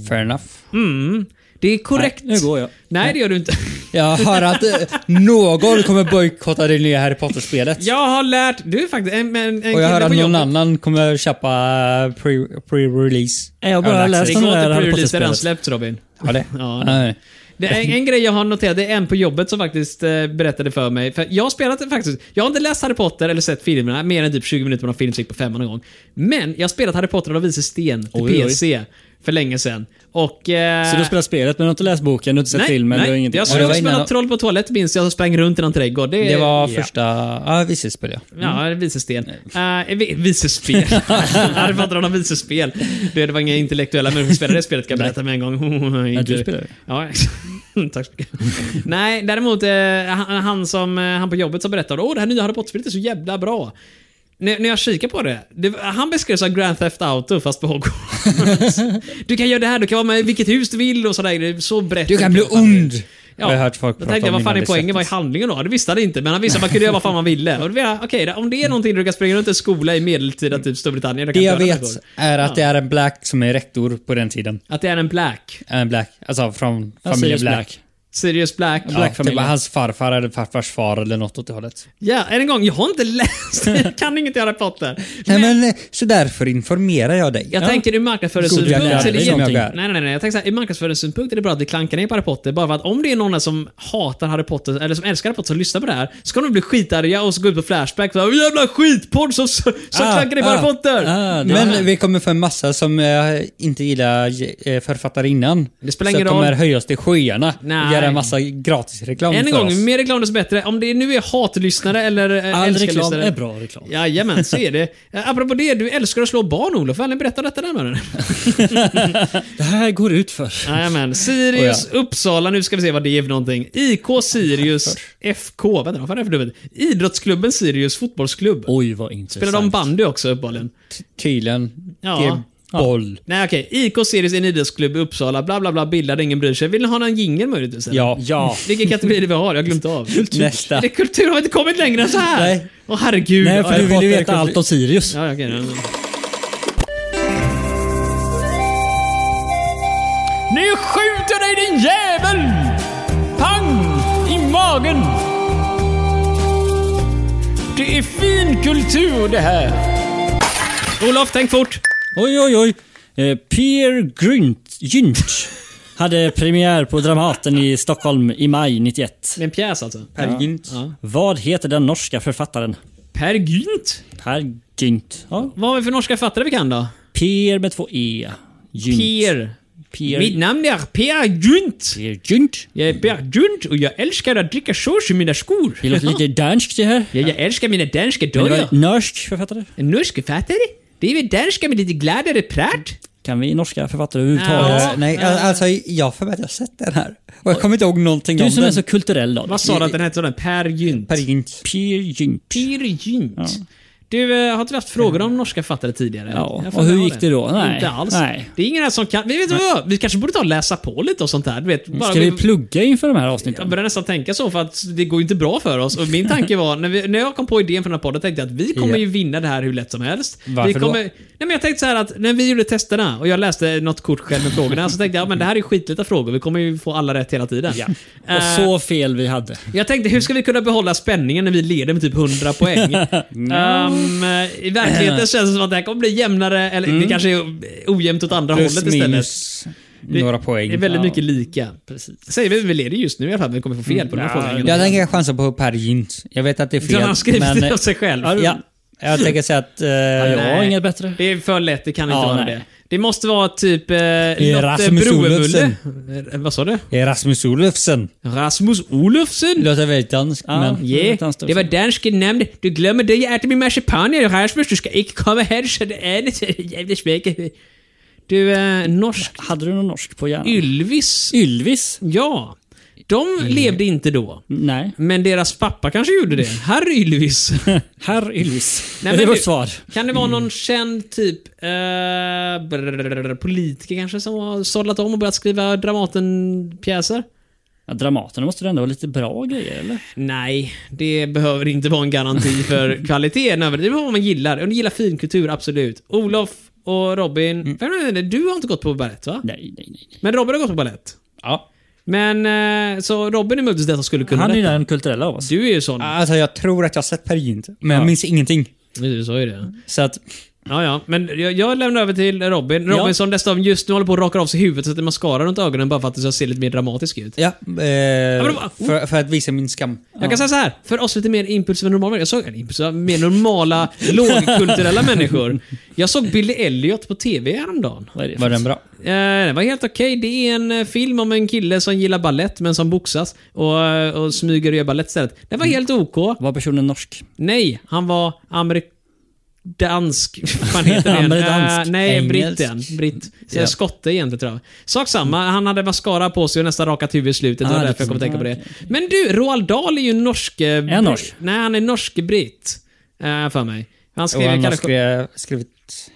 C: fair enough.
B: Mm. Det är korrekt.
A: Nej, nu går jag.
B: Nej, det gör du
A: [LAUGHS]
B: inte.
C: Jag hör att eh, någon kommer bojkotta det nya Harry Potter-spelet.
B: Jag har lärt... Du är faktiskt en, en, en
C: och jag hör att
B: på
C: någon
B: jobbet-
C: annan kommer köpa eh, pre- pre-release.
A: Nej, jag har bara
C: Ja,
A: läst
B: Det
A: om det
B: går
A: här
B: inte pre-release, det har
A: Harry
B: redan
A: Potter-spelet.
B: släppts Robin.
C: Ja, det.
B: Ja.
C: Nej.
B: Det är en, en grej jag har noterat, det är en på jobbet som faktiskt eh, berättade för mig. För jag har spelat det faktiskt, jag har inte läst Harry Potter eller sett filmerna, mer än typ 20 minuter på någon film som gick på femman någon gång. Men jag har spelat Harry Potter och de visar sten till
A: Oj, oj.
B: PC för länge sedan. Och... Eh,
A: Så du har spelat spelet men du har inte läst boken, du har inte sett
B: nej,
A: filmen, du har
B: nej.
A: ingenting.
B: Jag
C: Ja, det
B: såg
C: var
B: spela
C: innan-
B: troll på toalett minns jag, som sprang runt i någon trädgård. Det,
C: Det var Mm.
B: Ja.
C: första... Ja, Visespel ja.
B: Ja, visesten. Uh,
C: [LAUGHS]
B: visespel. Harry Potter har något visespel. Det, det var inga intellektuella människor som spelade det spelet kan jag berätta med en gång. [LAUGHS]
A: Nej, du spelar ju.
B: Ja, [LAUGHS] tack så mycket. Nej, däremot eh, han, han som eh, han på jobbet som berättade åh det här nya Harry Potter-spelet är så jävla bra. När, när jag kikar på det, det, han beskrev det som Grand Theft Auto fast på
C: [LAUGHS]
B: Hogwarts. du kan göra det här, du kan vara med i vilket hus du vill och sådär. Det är så brett.
C: Du kan bli ond! har jag hört folk
B: då
C: prata
B: tänkte jag,
C: om
B: vad fan
C: innan
B: är
C: det
B: poängen? Vad är
C: släpptes.
B: handlingen då? Det visste han inte, men han visste att man kunde göra vad fan man ville. Och då menar jag, Okej, då, om det är någonting du kan springa runt en skola i medeltida typ Storbritannien. då kan
C: Det jag
B: döda
C: vet
B: människor.
C: är att det är en Black som är rektor på den tiden.
B: Att det är en black.
C: En Black. Alltså från
A: Ja,
C: familjen
A: Sirius
C: Black.
A: Black.
B: Sirius Black.
C: Ja, det var
A: familjen.
C: hans farfar eller farfars far eller något åt det hållet.
B: Ja, än en gång, jag har inte läst [LAUGHS] det. Jag kan inget i Harry Potter.
C: Nej, men, eh, så därför informerar jag dig.
B: Jag
C: Ja. liksom.
B: tänker ur marknadsföringssynpunkt
A: Godjävel,
B: så är det
A: det är
B: jätte-
A: någonting.
B: Nej, nej, nej, nej. Jag tänker så här, ur marknadsföringssynpunkt är det bra att vi klankar ner på Harry Potter. Bara för att om det är någon här som hatar Harry Potter, eller som älskar Harry Potter som lyssnar på det här, så kommer de bli skitarga och så gå ut på Flashback för att jävla skitpodd som, som
C: Ah,
B: klankar ner på
C: ah,
B: Harry Potter.
A: Ah, det,
C: Men vi kommer få en massa som eh, inte gillar eh, författare innan.
B: Det spelar
C: så
B: ingen
C: att de
B: roll.
C: här höjas till skyarna
B: Nej.
C: och göra en massa gratisreklam
B: Än en
C: för oss.
B: gång, mer reklam desto bättre. Om det nu är hatlyssnare eller eh,
A: all reklam
B: älskarlyssnare.
A: är bra reklam.
B: Jajamän, så är det. Eh, Apropå det, du älskar att slå barn Olof. Vänligen berätta detta
A: [LAUGHS]
B: närmare.
A: Det här går ut för.
B: Jajamän. Sirius
A: Oh,
B: Uppsala, nu ska vi se vad det är för någonting. IK Sirius FK, vänta vad är det för dubbelt? Idrottsklubben Sirius fotbollsklubb.
A: Oj, vad intressant.
B: Spelar de bandy också uppehålligen?
C: Tydligen.
B: Ja.
C: Det är boll.
B: Nej okej, IK Sirius är en idrottsklubb i Uppsala, bla bla bla, bildad, ingen bryr sig. Vill ni ha någon jingel möjligtvis? eller?
C: Ja.
A: Ja.
B: Vilken kategori är det vi har? Jag har glömt
A: [LAUGHS]
B: av. Kultur.
C: Nästa.
B: Det, kultur har vi inte kommit längre än så här.
C: Nej.
B: Åh herregud.
A: Nej, för
B: Ja,
A: du
B: jag-
A: vill ju
C: Potter-
A: veta allt om Sirius.
B: Ja, okej. ja, ja.
E: Nu skjuter dig din jävel! Pang! I magen! Det är fin kultur det här.
B: Olof, tänk fort.
A: Oj, oj, oj. Eh, Peer Gynt, Gynt hade premiär på Dramaten i Stockholm i maj 91.
B: Det är en pjäs alltså.
C: Per Gynt.
A: Vad heter den norska författaren?
B: Per Gynt.
A: Per Gynt. Ja.
B: Vad har vi för norska fattare vi kan då?
A: Peer med två E. Gynt.
B: Per.
A: Peer.
B: Mitt namn är Per Gynt.
A: Peer Gynt.
B: Jag är Per Gynt och jag älskar att dricka sås i mina skor.
A: Det låter lite danskt det här.
B: Ja, [LAUGHS] jag älskar mina danska
A: Men det var
B: dojor.
A: en norsk författare.
B: En norsk fattare? Det är väl danska med lite gladare prat?
A: Kan vi norska författare överhuvudtaget?
B: Ja.
C: Eh, nej, al- alltså jag för mig att jag har sett den här. Och jag kommer inte ihåg någonting
A: Du
C: om
A: som
C: den.
A: är så kulturell då.
B: Vad sa du att den hette? sådär? Eh, Per Gynt.
C: Per Gynt.
A: Peer Gynt.
B: Per Gynt. Du, eh, har inte vi haft frågor om norska fattare tidigare?
A: Ja,
B: Jag har
A: och
B: för mig
A: hur
B: av
A: gick det då? Nej,
B: Inte alls.
A: nej.
B: Det är ingen här som kan... Vi, vet du vad? vi kanske borde ta och läsa på lite och sånt där. Du vet, bara
A: Ska vi plugga inför de här avsnitten?
B: Jag börjar nästan tänka så för att det går ju inte bra för oss. Och min tanke var, när, vi, när jag kom på idén för den här podden, tänkte jag att vi kommer
C: Ja.
B: ju vinna det här hur lätt som helst.
C: Varför
B: vi
C: då?
B: kommer, Nej men jag tänkte så här att när vi gjorde testerna och jag läste något kort själv med frågorna, så tänkte jag att det här är ju skitlätta frågor, vi kommer ju få alla rätt hela tiden.
A: Och
B: Eh,
A: så fel vi hade.
B: jag tänkte, hur ska vi kunna behålla spänningen när vi leder med typ 100
C: [LAUGHS]
B: poäng? Ehm, I verkligheten känns det som att det här kommer bli jämnare, eller det kanske är ojämnt åt andra
C: Mm. Plus
B: hållet istället.
C: minus några poäng.
B: Det är väldigt
A: Ja.
B: mycket lika. Precis. Säger vi, vi leder just nu i alla fall, men vi kommer få fel på den här
C: Mm.
A: Ja,
B: frågan.
C: Jag tänker chansa på Per Gynt. Jag vet att det är
B: Så
C: fel.
B: han har skrivit
C: men, eh,
B: det av sig själv.
C: Ja. Jag tänker säga att... eh,
A: Jag har
B: Nej.
A: inget bättre.
B: Det är för lätt, det kan inte
A: Ja,
B: vara
A: nej.
B: det. Det måste vara typ eh, Lotte
C: Rasmus
B: Broemulle.
C: Olofsen.
B: Eh, Vad sa du?
C: Rasmus Olofsen.
B: Rasmus Olofsen?
C: Låter väldigt dansk, men...
B: Yeah, det var danske namn. Du glömmer det, jag äter min marsipan Rasmus. Du ska inte komma här så det är lite jävligt smäck. Du, eh, norsk
A: Hade du någon norsk på hjärnan?
B: Ylvis.
A: Ylvis?
B: Ja. De levde inte då.
A: Nej. [LAUGHS]
B: Men deras pappa kanske gjorde det. Herr Ylvis.
A: Herr Ylvis.
B: Nej,
A: det
B: men
A: var
B: du-
A: svar.
B: Kan det vara någon känd typ eh, brrrr, politiker kanske som har sållat om och börjat skriva Dramatenpjäser?
A: Ja, Dramaten måste det ändå vara lite bra grejer, eller?
B: Nej, det behöver inte vara en garanti för kvaliteten. över- Det är vad man gillar. Om du gillar finkultur, absolut. Olof och Robin. Mm. Du har inte gått på balett va?
A: Nej, nej, nej.
B: Men Robin har gått på balett.
C: Ja.
B: Men, eh, så Robin är möjligtvis den som skulle kunna
A: Han är ju
B: detta.
A: den kulturella av oss.
B: Du är ju sån.
C: Alltså jag tror att jag har sett Per Gynt, men jag minns ingenting.
B: Du sa ju det.
C: Så att...
B: Ja, ja. Men jag, jag lämnar över till Robin. Robin
A: Ja.
B: som dessutom just nu håller på att raka av sig huvudet så att man mascara runt ögonen bara för att det ska se lite mer dramatisk ut.
C: Ja, eh,
B: men då-
C: för, för att visa min skam.
B: Jag kan säga så här. För oss lite mer impulsiva normala jag såg, eller impulsiva, mer normala, lågkulturella människor. Jag såg Billy Elliot på TV häromdagen.
A: Vad är det för
C: Var den bra?
B: Eh, det var helt okej. Det är en eh, film om en kille som gillar ballett men som boxas och, eh, och smyger och gör ballett istället. Det var helt OK.
A: Var personen norsk?
B: Nej, han var amerikansk. Dansk. Vad fan heter det?
A: [LAUGHS] Amerikansk.
B: Eh, nej,
C: Engelsk.
B: britten. Britt. Så
C: Ja.
B: Skotte egentligen tror jag. Sak samma, han hade mascara på sig och nästan rakat huvud i slutet.
A: Ah,
B: det var
A: det
B: därför jag kom att
A: finns-
B: tänka på det. Men du, Roald Dahl är ju norsk... Är
A: han norsk?
B: Nej, han är norsk-britt. eh, för mig. Han
C: Och
B: skrev...
C: han har
B: kanske-
C: skrev, skrivit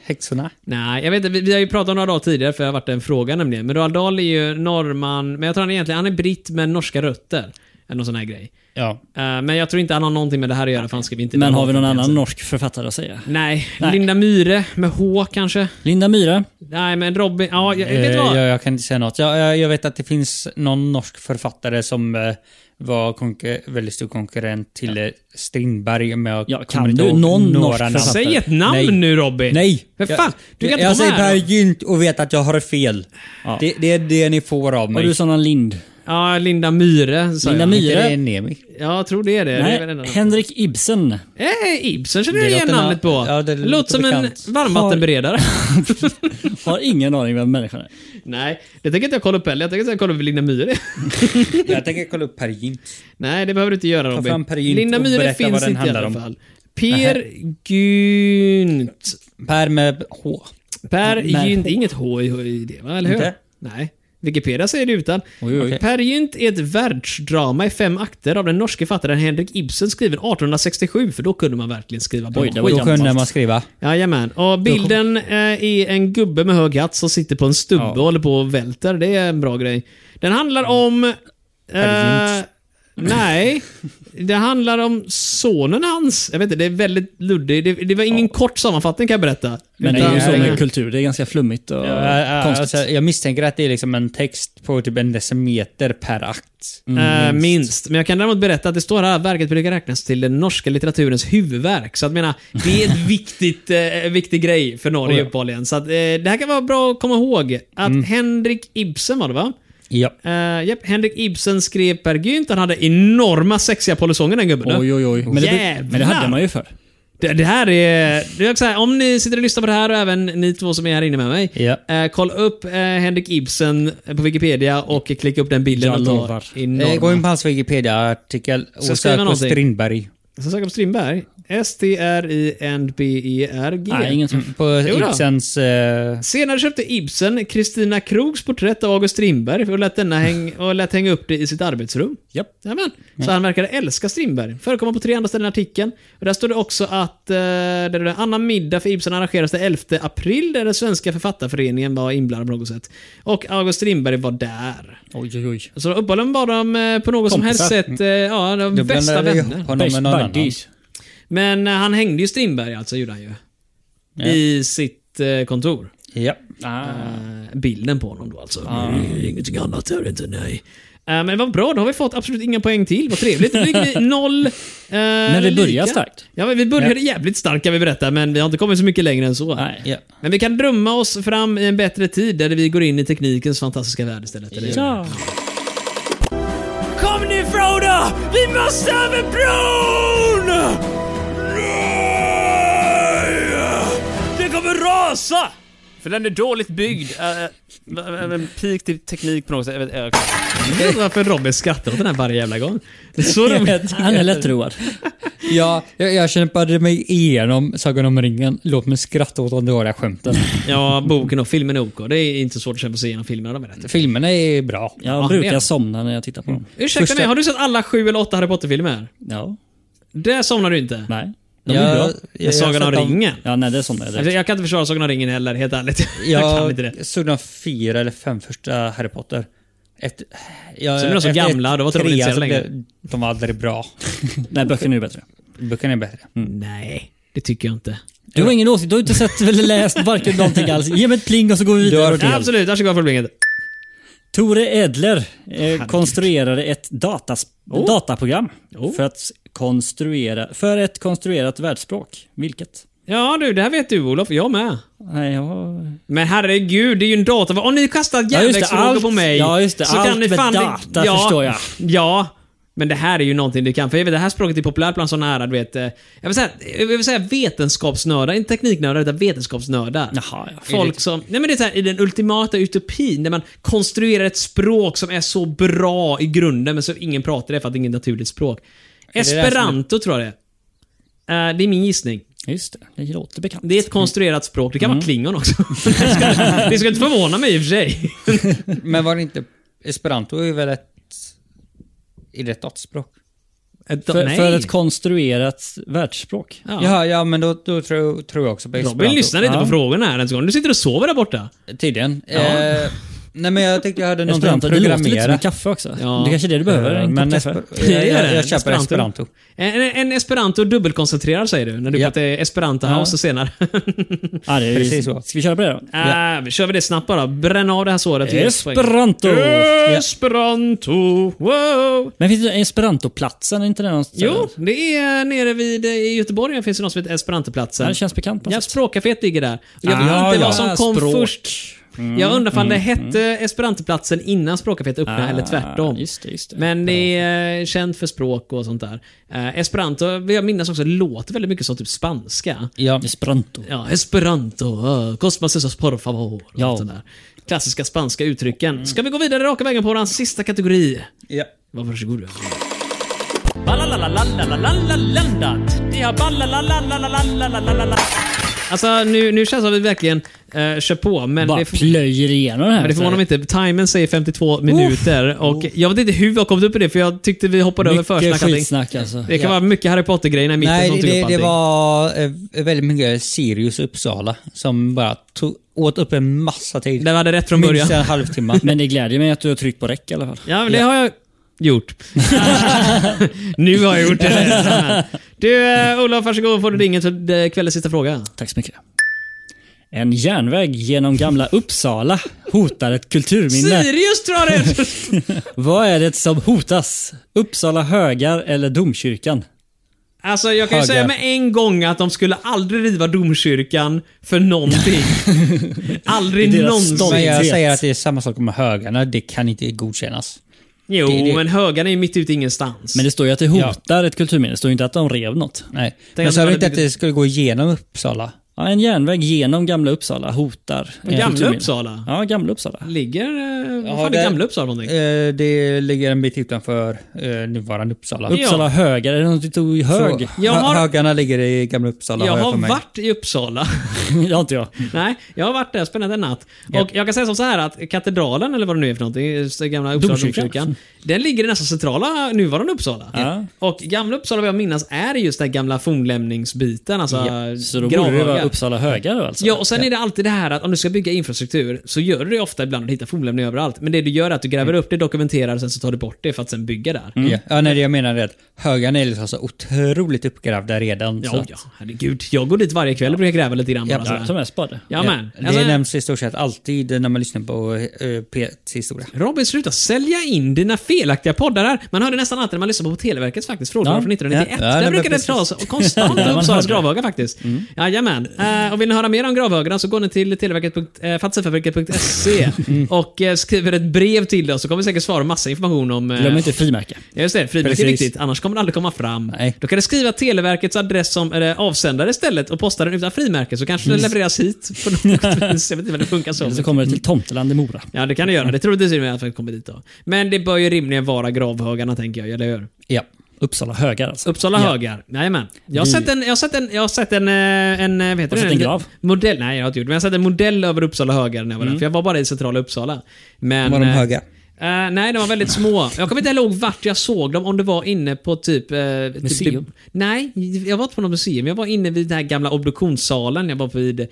C: Häxorna.
B: Nej, jag vet inte. Vi, vi har ju pratat om några dagar tidigare för jag har varit en fråga nämligen. Men Roald Dahl är ju norrman, men jag tror han egentligen, han är britt med norska rötter. Eller någon sån här grej.
C: Ja.
B: Eh, men jag tror inte han har någonting med det här att göra, för han skrev inte
A: Men har vi någon
B: romanen
A: annan
B: ens.
A: norsk författare att säga?
B: Nej.
A: Nej.
B: Linda Myre, med H kanske?
A: Linda Myra?
B: Nej, men Robin... Ja, jag, vet du
C: Eh,
B: vad?
C: jag, jag kan inte säga något. Jag, jag, jag vet att det finns någon norsk författare som eh, var konkur- väldigt stor konkurrent till eh, Strindberg. Men jag
A: Ja,
C: kommer
A: kan
C: inte
A: du
C: ihåg
A: någon norsk författare?
B: Säg ett namn
C: Nej.
B: nu Robin!
C: Nej!
B: För
C: Jag-
B: fan, du kan inte
C: Jag
B: vara
C: säger
B: med
C: Peer
B: här.
C: Gynt och vet att jag har fel.
A: Ja.
C: Det, det är det ni får av
A: Var
C: mig.
A: du sån en Lind?
B: Ja, Linda Myre sa
A: Linda
B: jag.
A: My-
C: Inte
A: Myre?
C: det är Nemi.
B: Ja, jag tror det är det. det är väl
A: Nej,
B: enda-
A: Henrik Ibsen.
B: Eh, Ibsen känner
C: Det
B: jag igen
C: låter na-
B: namnet på.
C: ja,
B: det
C: det
B: låter
C: låter
B: som
C: bekant.
B: en varmvattenberedare.
A: Har ingen aning vem människan är.
B: [LAUGHS] Nej, det tänker inte jag kolla upp heller. Jag tänker inte jag kolla upp Linda Myhre.
C: Jag tänker kolla upp Peer Gynt.
B: [LAUGHS] Nej, det behöver du inte göra Robin.
C: fram Per Gynt
B: Linda
C: och
B: Myhre
C: berätta vad
B: finns
C: den
B: inte i
C: handlar
B: alla
C: om.
B: fall. Per Gynt.
C: Per med H.
B: Per
C: Nej.
B: Gynt. Inget H i- i det va, eller hur?
C: Inte?
B: Nej. Wikipedia säger det utan.
A: Oj, oj.
B: Per Gynt är ett världsdrama i fem akter av den norske författaren Henrik Ibsen skriven 1867, för då kunde man verkligen skriva bra
A: Oj, det
B: skit.
A: var
C: Då
A: gammalt.
C: kunde man skriva.
B: Jajamän. Och bilden eh, är en gubbe med hög hatt som sitter på en stubbe och håller på och välter. Det är en bra grej. Den handlar om...
A: Mm.
B: Eh,
C: Pergint.
B: nej. Det handlar om sonen hans. Jag vet inte, det är väldigt luddigt. Det, det var ingen kort sammanfattning kan jag berätta.
A: Men det
B: Utan-
A: är ju så med
C: herregud.
A: kultur, det är ganska flummigt och
C: Ja,
A: konstigt.
C: alltså, jag misstänker att det är liksom en text på typ en decimeter per akt.
A: Mm.
B: Eh, minst. Men jag kan däremot berätta att det står här att verket brukar räknas till den norska litteraturens huvudverk. Så att menar, det är
A: [LAUGHS]
B: en viktigt, eh, viktig grej för Norge
C: Oh ja.
B: uppenbarligen. Så att, eh, det här kan vara bra att komma ihåg. Att
A: Mm.
B: Henrik Ibsen var det va?
C: Ja.
B: Uh, japp, Henrik Ibsen skrev Per Gynt. Han hade enorma sexiga polisonger den gubben.
A: Oj, oj, oj. Men det,
B: Jävlar!
A: men det hade man ju förr.
B: Det, det här är... Det är också så här, om ni sitter och lyssnar på det här och även ni två som är här inne med mig.
C: Ja.
B: eh, kolla upp eh, Henrik Ibsen på Wikipedia och klicka upp den bilden
A: Jag
B: och ta
A: lovar.
B: enorma...
C: Eh, Gå in på hans Wikipedia-artikel och
B: skriva
C: sök på
B: någonting.
C: Strindberg.
B: Så söker jag på Strindberg. E S-T-R-I-N-B-E-R-G.
A: Nej, ingen som...
C: Mm, På
B: Jo då.
C: Ibsens... Eh,
B: Senare köpte Ibsen Kristina Krogs porträtt av August Strindberg och lät, denna
A: [LAUGHS]
B: häng, och lät hänga upp det i sitt arbetsrum.
A: Japp.
B: Jajamän. Så han verkade älska Strindberg. Förekommer på tre andra ställen i artikeln. Och där står det också att eh, där det är en annan middag för Ibsen arrangeras den 11 april där den svenska författarföreningen var inblandad på något sätt. Och August Strindberg var där.
A: Oj, oj, oj.
B: Så uppenbarligen var de eh, på något som helst
A: Kompisar.
B: sätt eh, ja, de
C: du
B: bästa
C: blandade ihop
B: vänner.
C: honom
A: Best
C: med någon annan.
A: buddies.
B: Men eh, han hängde ju Strindberg alltså, gjorde han ju.
C: Ja.
B: I sitt eh, kontor.
C: Ja.
A: Ah.
B: Eh, bilden på honom då alltså. Mm, Ingenting annat är det inte, nej. Eh, men vad bra, då har vi fått absolut inga poäng till. Vad trevligt. Nu ligger vi noll...
A: [LAUGHS]
B: eh,
A: Men vi
B: lika.
A: börjar starkt.
B: Ja, men vi började jävligt starkt kan vi berätta, men vi har inte kommit så mycket längre än så.
A: Nej.
C: ja.
B: Men vi kan drömma oss fram i en bättre tid där vi går in i teknikens fantastiska värld istället. eller hur?
A: Ja.
E: Kom nu Frodo! Vi måste över bron! Nej! Det kommer rasa! För den är dåligt byggd. En pik till teknik på något sätt.
B: Jag vet inte varför Robin skrattar åt den här varje jävla gång. Det är så roligt.
A: [LAUGHS] Han är lättroad.
C: ja jag, jag kämpade mig igenom Sagan om ringen. Låt mig skratta åt de dåliga skämten.
B: Ja, boken och filmen är OK. Det är inte svårt att känna sig igenom filmerna, de är rätt.
C: Filmerna är bra.
A: Jag
B: Ja,
A: brukar
B: det-
A: somna när jag tittar på dem.
B: Mm. Ursäkta mig, har du sett alla sju eller åtta Harry Potter-filmer?
A: Ja.
B: Där somnar du inte?
A: Nej. De
C: Jag-
A: är bra.
C: jag- jag
B: Sagan om
C: satt av-
B: ringen?
A: Ja, nej, det somnar jag
B: Alltså,
A: direkt.
B: jag kan inte försvara Sagan om ringen heller, helt ärligt. jag kan inte det.
C: Jag såg de Alltså, fyra eller fem första Harry Potter. Ett, jag,
B: Sen blev de så
C: efter
B: gamla,
C: ett-
B: då var inte de
C: trean
B: intresserade
C: så
B: längre.
C: blev- De var aldrig bra.
A: [LAUGHS]
C: [LAUGHS]
A: Nej, böckerna är ju bättre.
C: Böckerna är bättre.
B: Mm. Nej, det tycker jag inte.
A: Du har ingen åsikt, du har inte sett eller läst varken någonting alls. Ge mig ett pling och så går vi vidare.
B: Absolut, varsågod för blinget.
A: Tore Edler eh, konstruerade ett datas,
B: Oh.
A: dataprogram för att konstruera för ett konstruerat världsspråk. Vilket?
B: Ja du, det här vet du Olof, jag med.
A: Nej, jag...
B: Men herregud, det är ju en dator. Om ni kastar
A: Ja, just det,
B: järnvägsfrågor
A: allt-
B: på mig.
A: ja, just det, allt med data förstår jag.
B: Ja. Men det här är ju någonting du kan. För jag vet, det här språket är populärt bland sådana här, du vet... eh, Jag vill säga, jag vill säga vetenskapsnördar, inte tekniknördar, utan vetenskapsnördar.
A: Jaha, ja.
B: Folk som... Nej men det är så här, i den ultimata utopin, när man konstruerar ett språk som är så bra i grunden, men som ingen pratar det för att det är inget naturligt språk.
C: det som är-
B: Esperanto tror jag det är. Eh, Det är min gissning.
A: Just det, det låter bekant.
B: Det är ett konstruerat språk. Det kan
C: Mm.
B: vara klingon också. [LAUGHS] det, ska, det ska inte förvåna mig i och för sig.
C: Men var det inte... Esperanto är väl ett... Är det ett dataspråk?
B: Ett,
A: För, för ett konstruerat världsspråk.
B: ja.
C: Ja, ja men då, då tror, tror jag också på
B: Robin lyssnar inte
A: Ja.
B: på frågorna här ens en gång. Du sitter och sover där borta.
C: Tydligen.
B: Ja.
C: Eh, Nej men jag tänkte
B: [LAUGHS]
C: jag hade någonting att
A: Esperanto, det låter lite som
C: programmera.
A: en kaffe också.
B: Ja.
A: Det är kanske är det du behöver,
C: Eh,
A: en
C: Men
A: kopp kaffe.
C: esper- jag,
B: Gör
C: jag,
B: det.
C: jag köper esperanto.
B: En, en esperanto dubbelkoncentrerad säger du, när du
C: Ja.
B: pratar esperanto house senare. [LAUGHS]
A: Ja, det är ju,
C: Precis så.
A: Ska vi köra på det då?
B: Äh, kör vi det snabbt bara. Bränn av det här såret.
A: Esperanto!
B: Esperanto! Wow!
A: Men finns det esperantoplatsen? Är inte det någonstans?
B: Jo, det är nere vid, eh, i Göteborg det finns det något som heter Esperantoplatsen.
A: Ja, det känns bekant på något
B: Ja,
A: sätt.
B: språkcaféet ligger där. Jag vet
C: Ah,
B: inte vad
C: ja.
B: som kom
A: Språk.
B: först. Jag undrar ifall det hette Esperantoplatsen innan språkcaféet öppnade, eller tvärtom.
A: Just det, just det.
B: Men det är eh, känt för språk och sånt där. Eh, Esperanto, vill jag minnas också, låter väldigt mycket som typ spanska.
C: Ja.
A: Esperanto.
B: Ja, esperanto, uh, cosmas esos por favor.
A: Ja.
B: Ja. Där. Klassiska spanska uttrycken. Ska vi gå vidare raka vägen på vår sista kategori?
C: Ja.
B: Var varsågod. Ballalalalalalalandat. Det har ballalalalalalalalala. Alltså nu, nu känns det som att vi verkligen eh, kör på, men
A: Bara
B: det, för,
A: plöjer igenom det här.
B: men det förvånar mig inte. Timern säger 52 minuter och jag vet inte hur vi har kommit upp i det, för jag tyckte vi hoppade över
A: Mycket
B: försnack. och allting.
A: skitsnack alltså.
B: Det kan vara mycket Harry Potter-grejer i mitten som tog
C: Nej, det,
B: upp
C: det
B: allting.
C: var eh, väldigt mycket Sirius Uppsala som bara tog, åt upp en massa tid.
B: Den hade rätt från början.
C: Minst
B: [LAUGHS]
C: en halvtimme.
A: Men det glädjer mig att du har tryckt på räck i alla fall.
B: Ja, men det har jag gjort. nu har jag gjort det. Du, eh, Olof, varsågod får du ringen till eh, kvällens sista fråga.
A: Tack så mycket. En järnväg genom gamla Uppsala hotar ett kulturminne.
B: Sirius tror jag det är.
A: Vad är det som hotas? Uppsala högar eller domkyrkan?
B: [LAUGHS] Alltså jag kan ju
C: Högar.
B: säga med en gång att de skulle aldrig riva domkyrkan för någonting.
A: Det är
B: aldrig
A: deras
C: Men
A: stolthet.
B: någonsin.
C: jag
A: Vet.
C: säger att det är samma sak med högarna. Det kan inte godkännas.
B: Jo,
C: det- det-
B: men högarna är ju mitt ute i ingenstans.
A: Men det står ju att det hotar ett kulturminne. Det står ju inte att de rev något.
C: Nej.
B: att
C: Men sa
B: de
C: du
B: hade
C: inte att
B: byggt-
C: det skulle gå igenom Uppsala?
A: Ja, en järnväg genom gamla Uppsala hotar. ett
B: Gamla
A: kulturminne.
B: Uppsala?
A: Ja, gamla Uppsala.
B: Ligger... eh, Vad
C: Ja,
B: fan är
C: där-
B: Gamla Uppsala någonting?
C: Eh, det ligger en bit utanför eh, nuvarande Uppsala.
A: Uppsala högar, är det något du tog i
C: Så,
A: hög? [LAUGHS]
C: hö-
B: Jag har-
C: Högarna ligger i gamla Uppsala
B: Jag
C: har jag för
B: har
C: mig.
B: varit i Uppsala.
A: ja, inte jag.
B: Nej, jag har varit där, spännande en natt. Och jag kan säga som så här att katedralen, eller vad det nu är för någonting, just det gamla Uppsala
A: Domkyrkan.
B: domkyrkan. Den ligger i nästan centrala, nuvarande Uppsala.
A: Ja.
B: Och gamla Uppsala, vad jag minns, är just den gamla fornlämningsbiten. Alltså
A: Så då borde det vara
B: gravhögar.
A: Uppsala högar då alltså?
B: Ja, och sen är det alltid det här att om du ska bygga infrastruktur så gör du det ofta ibland och hittar fornlämningar överallt. Men det du gör är att du
A: Mm.
B: gräver upp det, dokumenterar och sen så tar du bort det för att sen bygga där.
C: Ja, ja nej, det jag menar är att högarna är liksom så otroligt uppgrävda redan. så
B: Ja,
C: att,
B: ja, herregud. Jag går dit varje kväll och brukar gräva lite grann bara.
A: Ja, som
B: sådär.
A: är Alltså, spade.
B: Ja, men.
C: Det
B: Alltså-
C: nämns i stort sett alltid när man lyssnar på eh, P1s historia.
B: Robin, sluta sälja in dina felaktiga poddar här. Man hör det nästan alltid när man lyssnar på Televerkets faktiskt, frågor
A: Ja.
B: från 1991.
C: Ja, ja,
B: Där
C: men
B: brukar det
C: precis.
B: pratas konstant
A: Ja,
B: om
A: man
B: Uppsalas
A: hör det.
B: gravhögar faktiskt. Jajamän. Eh, och vill ni höra mer om gravhögarna så går ni till eh, televerket.fattigfabriken.se och eh, skriver ett brev till oss så kommer vi säkert svara massa information om... eh,
A: Glöm inte frimärke.
B: Ja, just det. Frimärke är
C: Precis.
B: viktigt, annars kommer det aldrig komma fram.
C: Nej.
B: Då kan du skriva Televerkets adress som eller, avsändare istället och posta den utan frimärke så kanske den levereras hit. På något vis. Jag vet inte vad det funkar så.
A: Eller så kommer det till Tomteland i Mora.
B: Ja, det kan det göra. Det tror inte att vi kommer dit då. Men det bör ju rimligen vara gravhögarna, tänker jag. Eller hur?
C: Ja.
A: Uppsala högar alltså.
B: Uppsala högar. Jajamän. Jag har
A: Vi-
B: sett en... Jag har sett en... Jag har sett en... eh, en eh, vad heter det?
A: Har du sett en grav? Mm.
B: Modell. Nej, jag har inte gjort det. Men jag har sett en modell över Uppsala högar när jag var där. För jag var bara i centrala Uppsala. Men,
C: Var de
B: eh,
C: höga?
B: Eh, nej, de var väldigt små. Jag kommer inte heller ihåg vart jag såg dem, om det var inne på typ... eh, typ-
A: Museum?
B: det- nej, jag var inte på något museum. Jag var inne vid den här gamla obduktionssalen. Jag var vid... eh,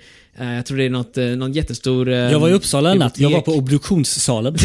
B: jag tror det är något, eh, någon jättestor... eh,
A: Jag var i Uppsala en natt. Jag var
B: bibliotek.
A: på [LAUGHS] obduktionssalen.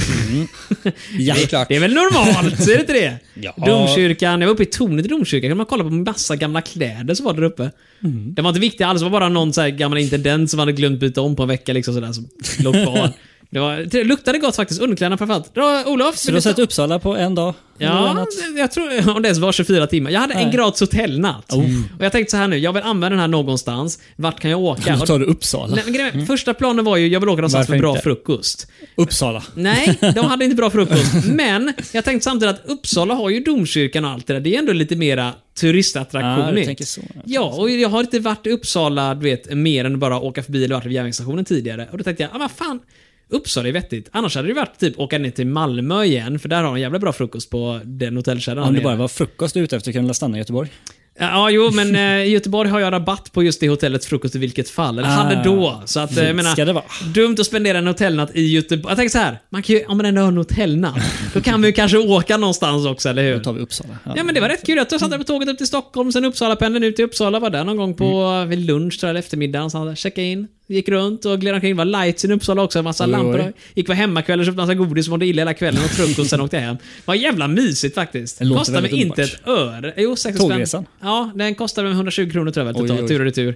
A: Ja,
C: är klart.
B: Det är väl normalt? är det inte det?
C: Ja.
B: Domkyrkan. Jag var uppe i tornet i domkyrkan. kan man kolla på massa gamla kläder som var där uppe.
A: Mm.
B: Det var inte viktiga alls. Det var bara någon så här gammal intendent som hade glömt byta om på en vecka. Liksom sådär, som låg
A: [LAUGHS]
B: kvar. Det, var, det luktade gott faktiskt. Underkläderna framförallt. Då, Olof,
A: Så du har sett Uppsala på en dag? Eller en
B: Ja,
A: natt?
B: jag tror om det ens var 24 timmar. Jag hade en
A: Nej.
B: gratis hotellnatt. Och jag tänkte så här nu, jag vill använda den här någonstans. Vart kan jag åka?
A: Då tar [LAUGHS] Mm. du Uppsala.
B: Nej, men grejen är, Första planen var ju, jag vill åka någonstans
C: Varför
B: med bra
C: inte?
B: frukost.
A: Uppsala.
B: Nej, de hade inte bra frukost. Men jag tänkte samtidigt att Uppsala har ju domkyrkan och allt det där. Det är ändå lite mera
A: Ja, Ah, du
B: turistattraktionigt.
A: tänker så.
B: Ja, och jag har inte varit i Uppsala, du vet, mer än bara åka förbi eller varit vid järnvägsstationen tidigare. Och då tänkte jag, ah, vad fan. Uppsala är vettigt. Annars hade det varit typ åka ner till Malmö igen, för där har de en jävla bra frukost på den hotellkedjan.
A: Om
B: där
A: det bara
B: nere.
A: var frukost du är ute efter kunde du stanna i Göteborg.
B: Ja, jo, men eh, i Göteborg har jag rabatt på just det hotellets frukost i vilket fall. Eller
A: Ah,
B: hade då. Så att, eh, jag menar,
A: ska det vara.
B: dumt att spendera en hotellnatt i Göteborg. Jag tänker så här, man kan ju, om man ändå har en hotellnatt, då kan vi ju kanske åka någonstans också, eller hur?
A: Då tar vi Uppsala.
B: Ja men det var rätt kul. Jag satt där på tåget
A: Mm.
B: upp till Stockholm, sen Uppsala-pendeln ut till Uppsala. Var där någon gång på vid lunch tror jag, eller eftermiddagen. Så hade jag checkat in. Gick runt och gled omkring. var lights i Uppsala också. En massa
C: Oj, oj.
B: lampor. Gick på hemmakväll och köpte massa godis. Mådde illa hela kvällen och frukost sen åkte jag hem. Var jävla mysigt faktiskt.
A: Det låter
B: Kostade mig
A: väldigt
B: inte ett öre. Jo, 60
A: Tågresan?
B: spänn. Ja, den kostade mig 120 kronor tror jag väl
C: Oj,
B: totalt.
C: oj.
B: Tur och retur.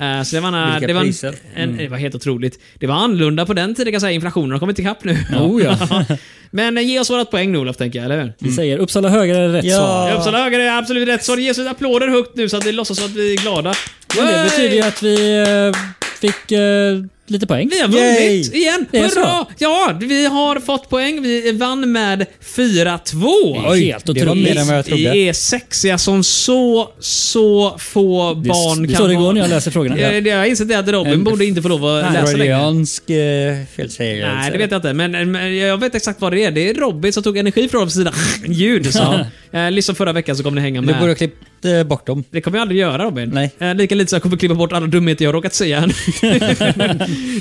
B: Eh, Så det var, en,
C: Vilka
B: det, var en,
C: priser.
A: Mm.
B: en, det var helt otroligt. Det var annorlunda på den tiden kan jag säga. Inflationen har kommit ikapp nu.
A: Oh, ja.
B: [LAUGHS] Men eh, ge oss vårat poäng nu Olof, tänker jag, eller hur?
A: Vi säger Uppsala högre är rätt
C: Ja.
A: svar.
B: Mm. Uppsala höger är absolut rätt svar. Ge oss applåder högt nu så att vi låtsas som att vi är glada.
A: Men det
B: Yay!
A: betyder ju att vi eh, fick eh, lite poäng.
B: Vi har vunnit
A: Yay!
B: igen!
A: Det är så.
B: Hurra! Ja, vi har fått poäng. Vi vann med 4-2.
A: Oj,
C: Helt det var
A: otroligt.
C: mer än vad jag trodde.
B: Vi är sexiga som så, så få
A: Det
B: barn
A: är
B: kan
A: så det går
B: vara.
A: när jag läser frågorna.
B: Eh, det- Jag har insett det att Robin
C: En-
B: borde inte få lov att läsa längre.
C: Freudiansk eh, felsägelse.
B: Nej, det vet jag inte. Men, men jag vet exakt vad det är. Det är Robin som tog energi från sina ljud. Så.
A: [LAUGHS]
B: eh, liksom förra veckan så kommer ni hänga
C: Du
B: med.
C: borde ha klippt eh, bort dem.
B: Det kommer jag aldrig göra Robin.
C: Nej.
B: Eh, Lika lite som jag kommer klippa bort alla dumheter jag har råkat säga. [LAUGHS]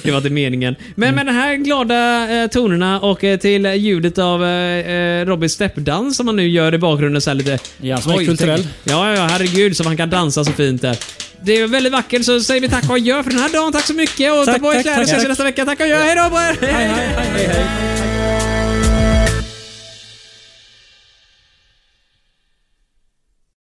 B: det var inte meningen. Men
A: Mm.
B: med de här glada eh, tonerna och eh, till ljudet av eh, eh, Robins steppdans som han nu gör i bakgrunden. Så här lite,
A: Ja, som är
B: Oj,
A: kulturell.
B: tänk- Ja, ja, herregud som han kan dansa så fint där. Det är väldigt vackert så säger vi tack och adjö för den här dagen. Tack så mycket och
A: Tack,
B: ta på er
A: tack,
B: kläder
A: tack,
B: ses vi
A: tack.
B: nästa vecka. Tack och adjö, hej då på er! Hej, hej.
C: Hej, hej.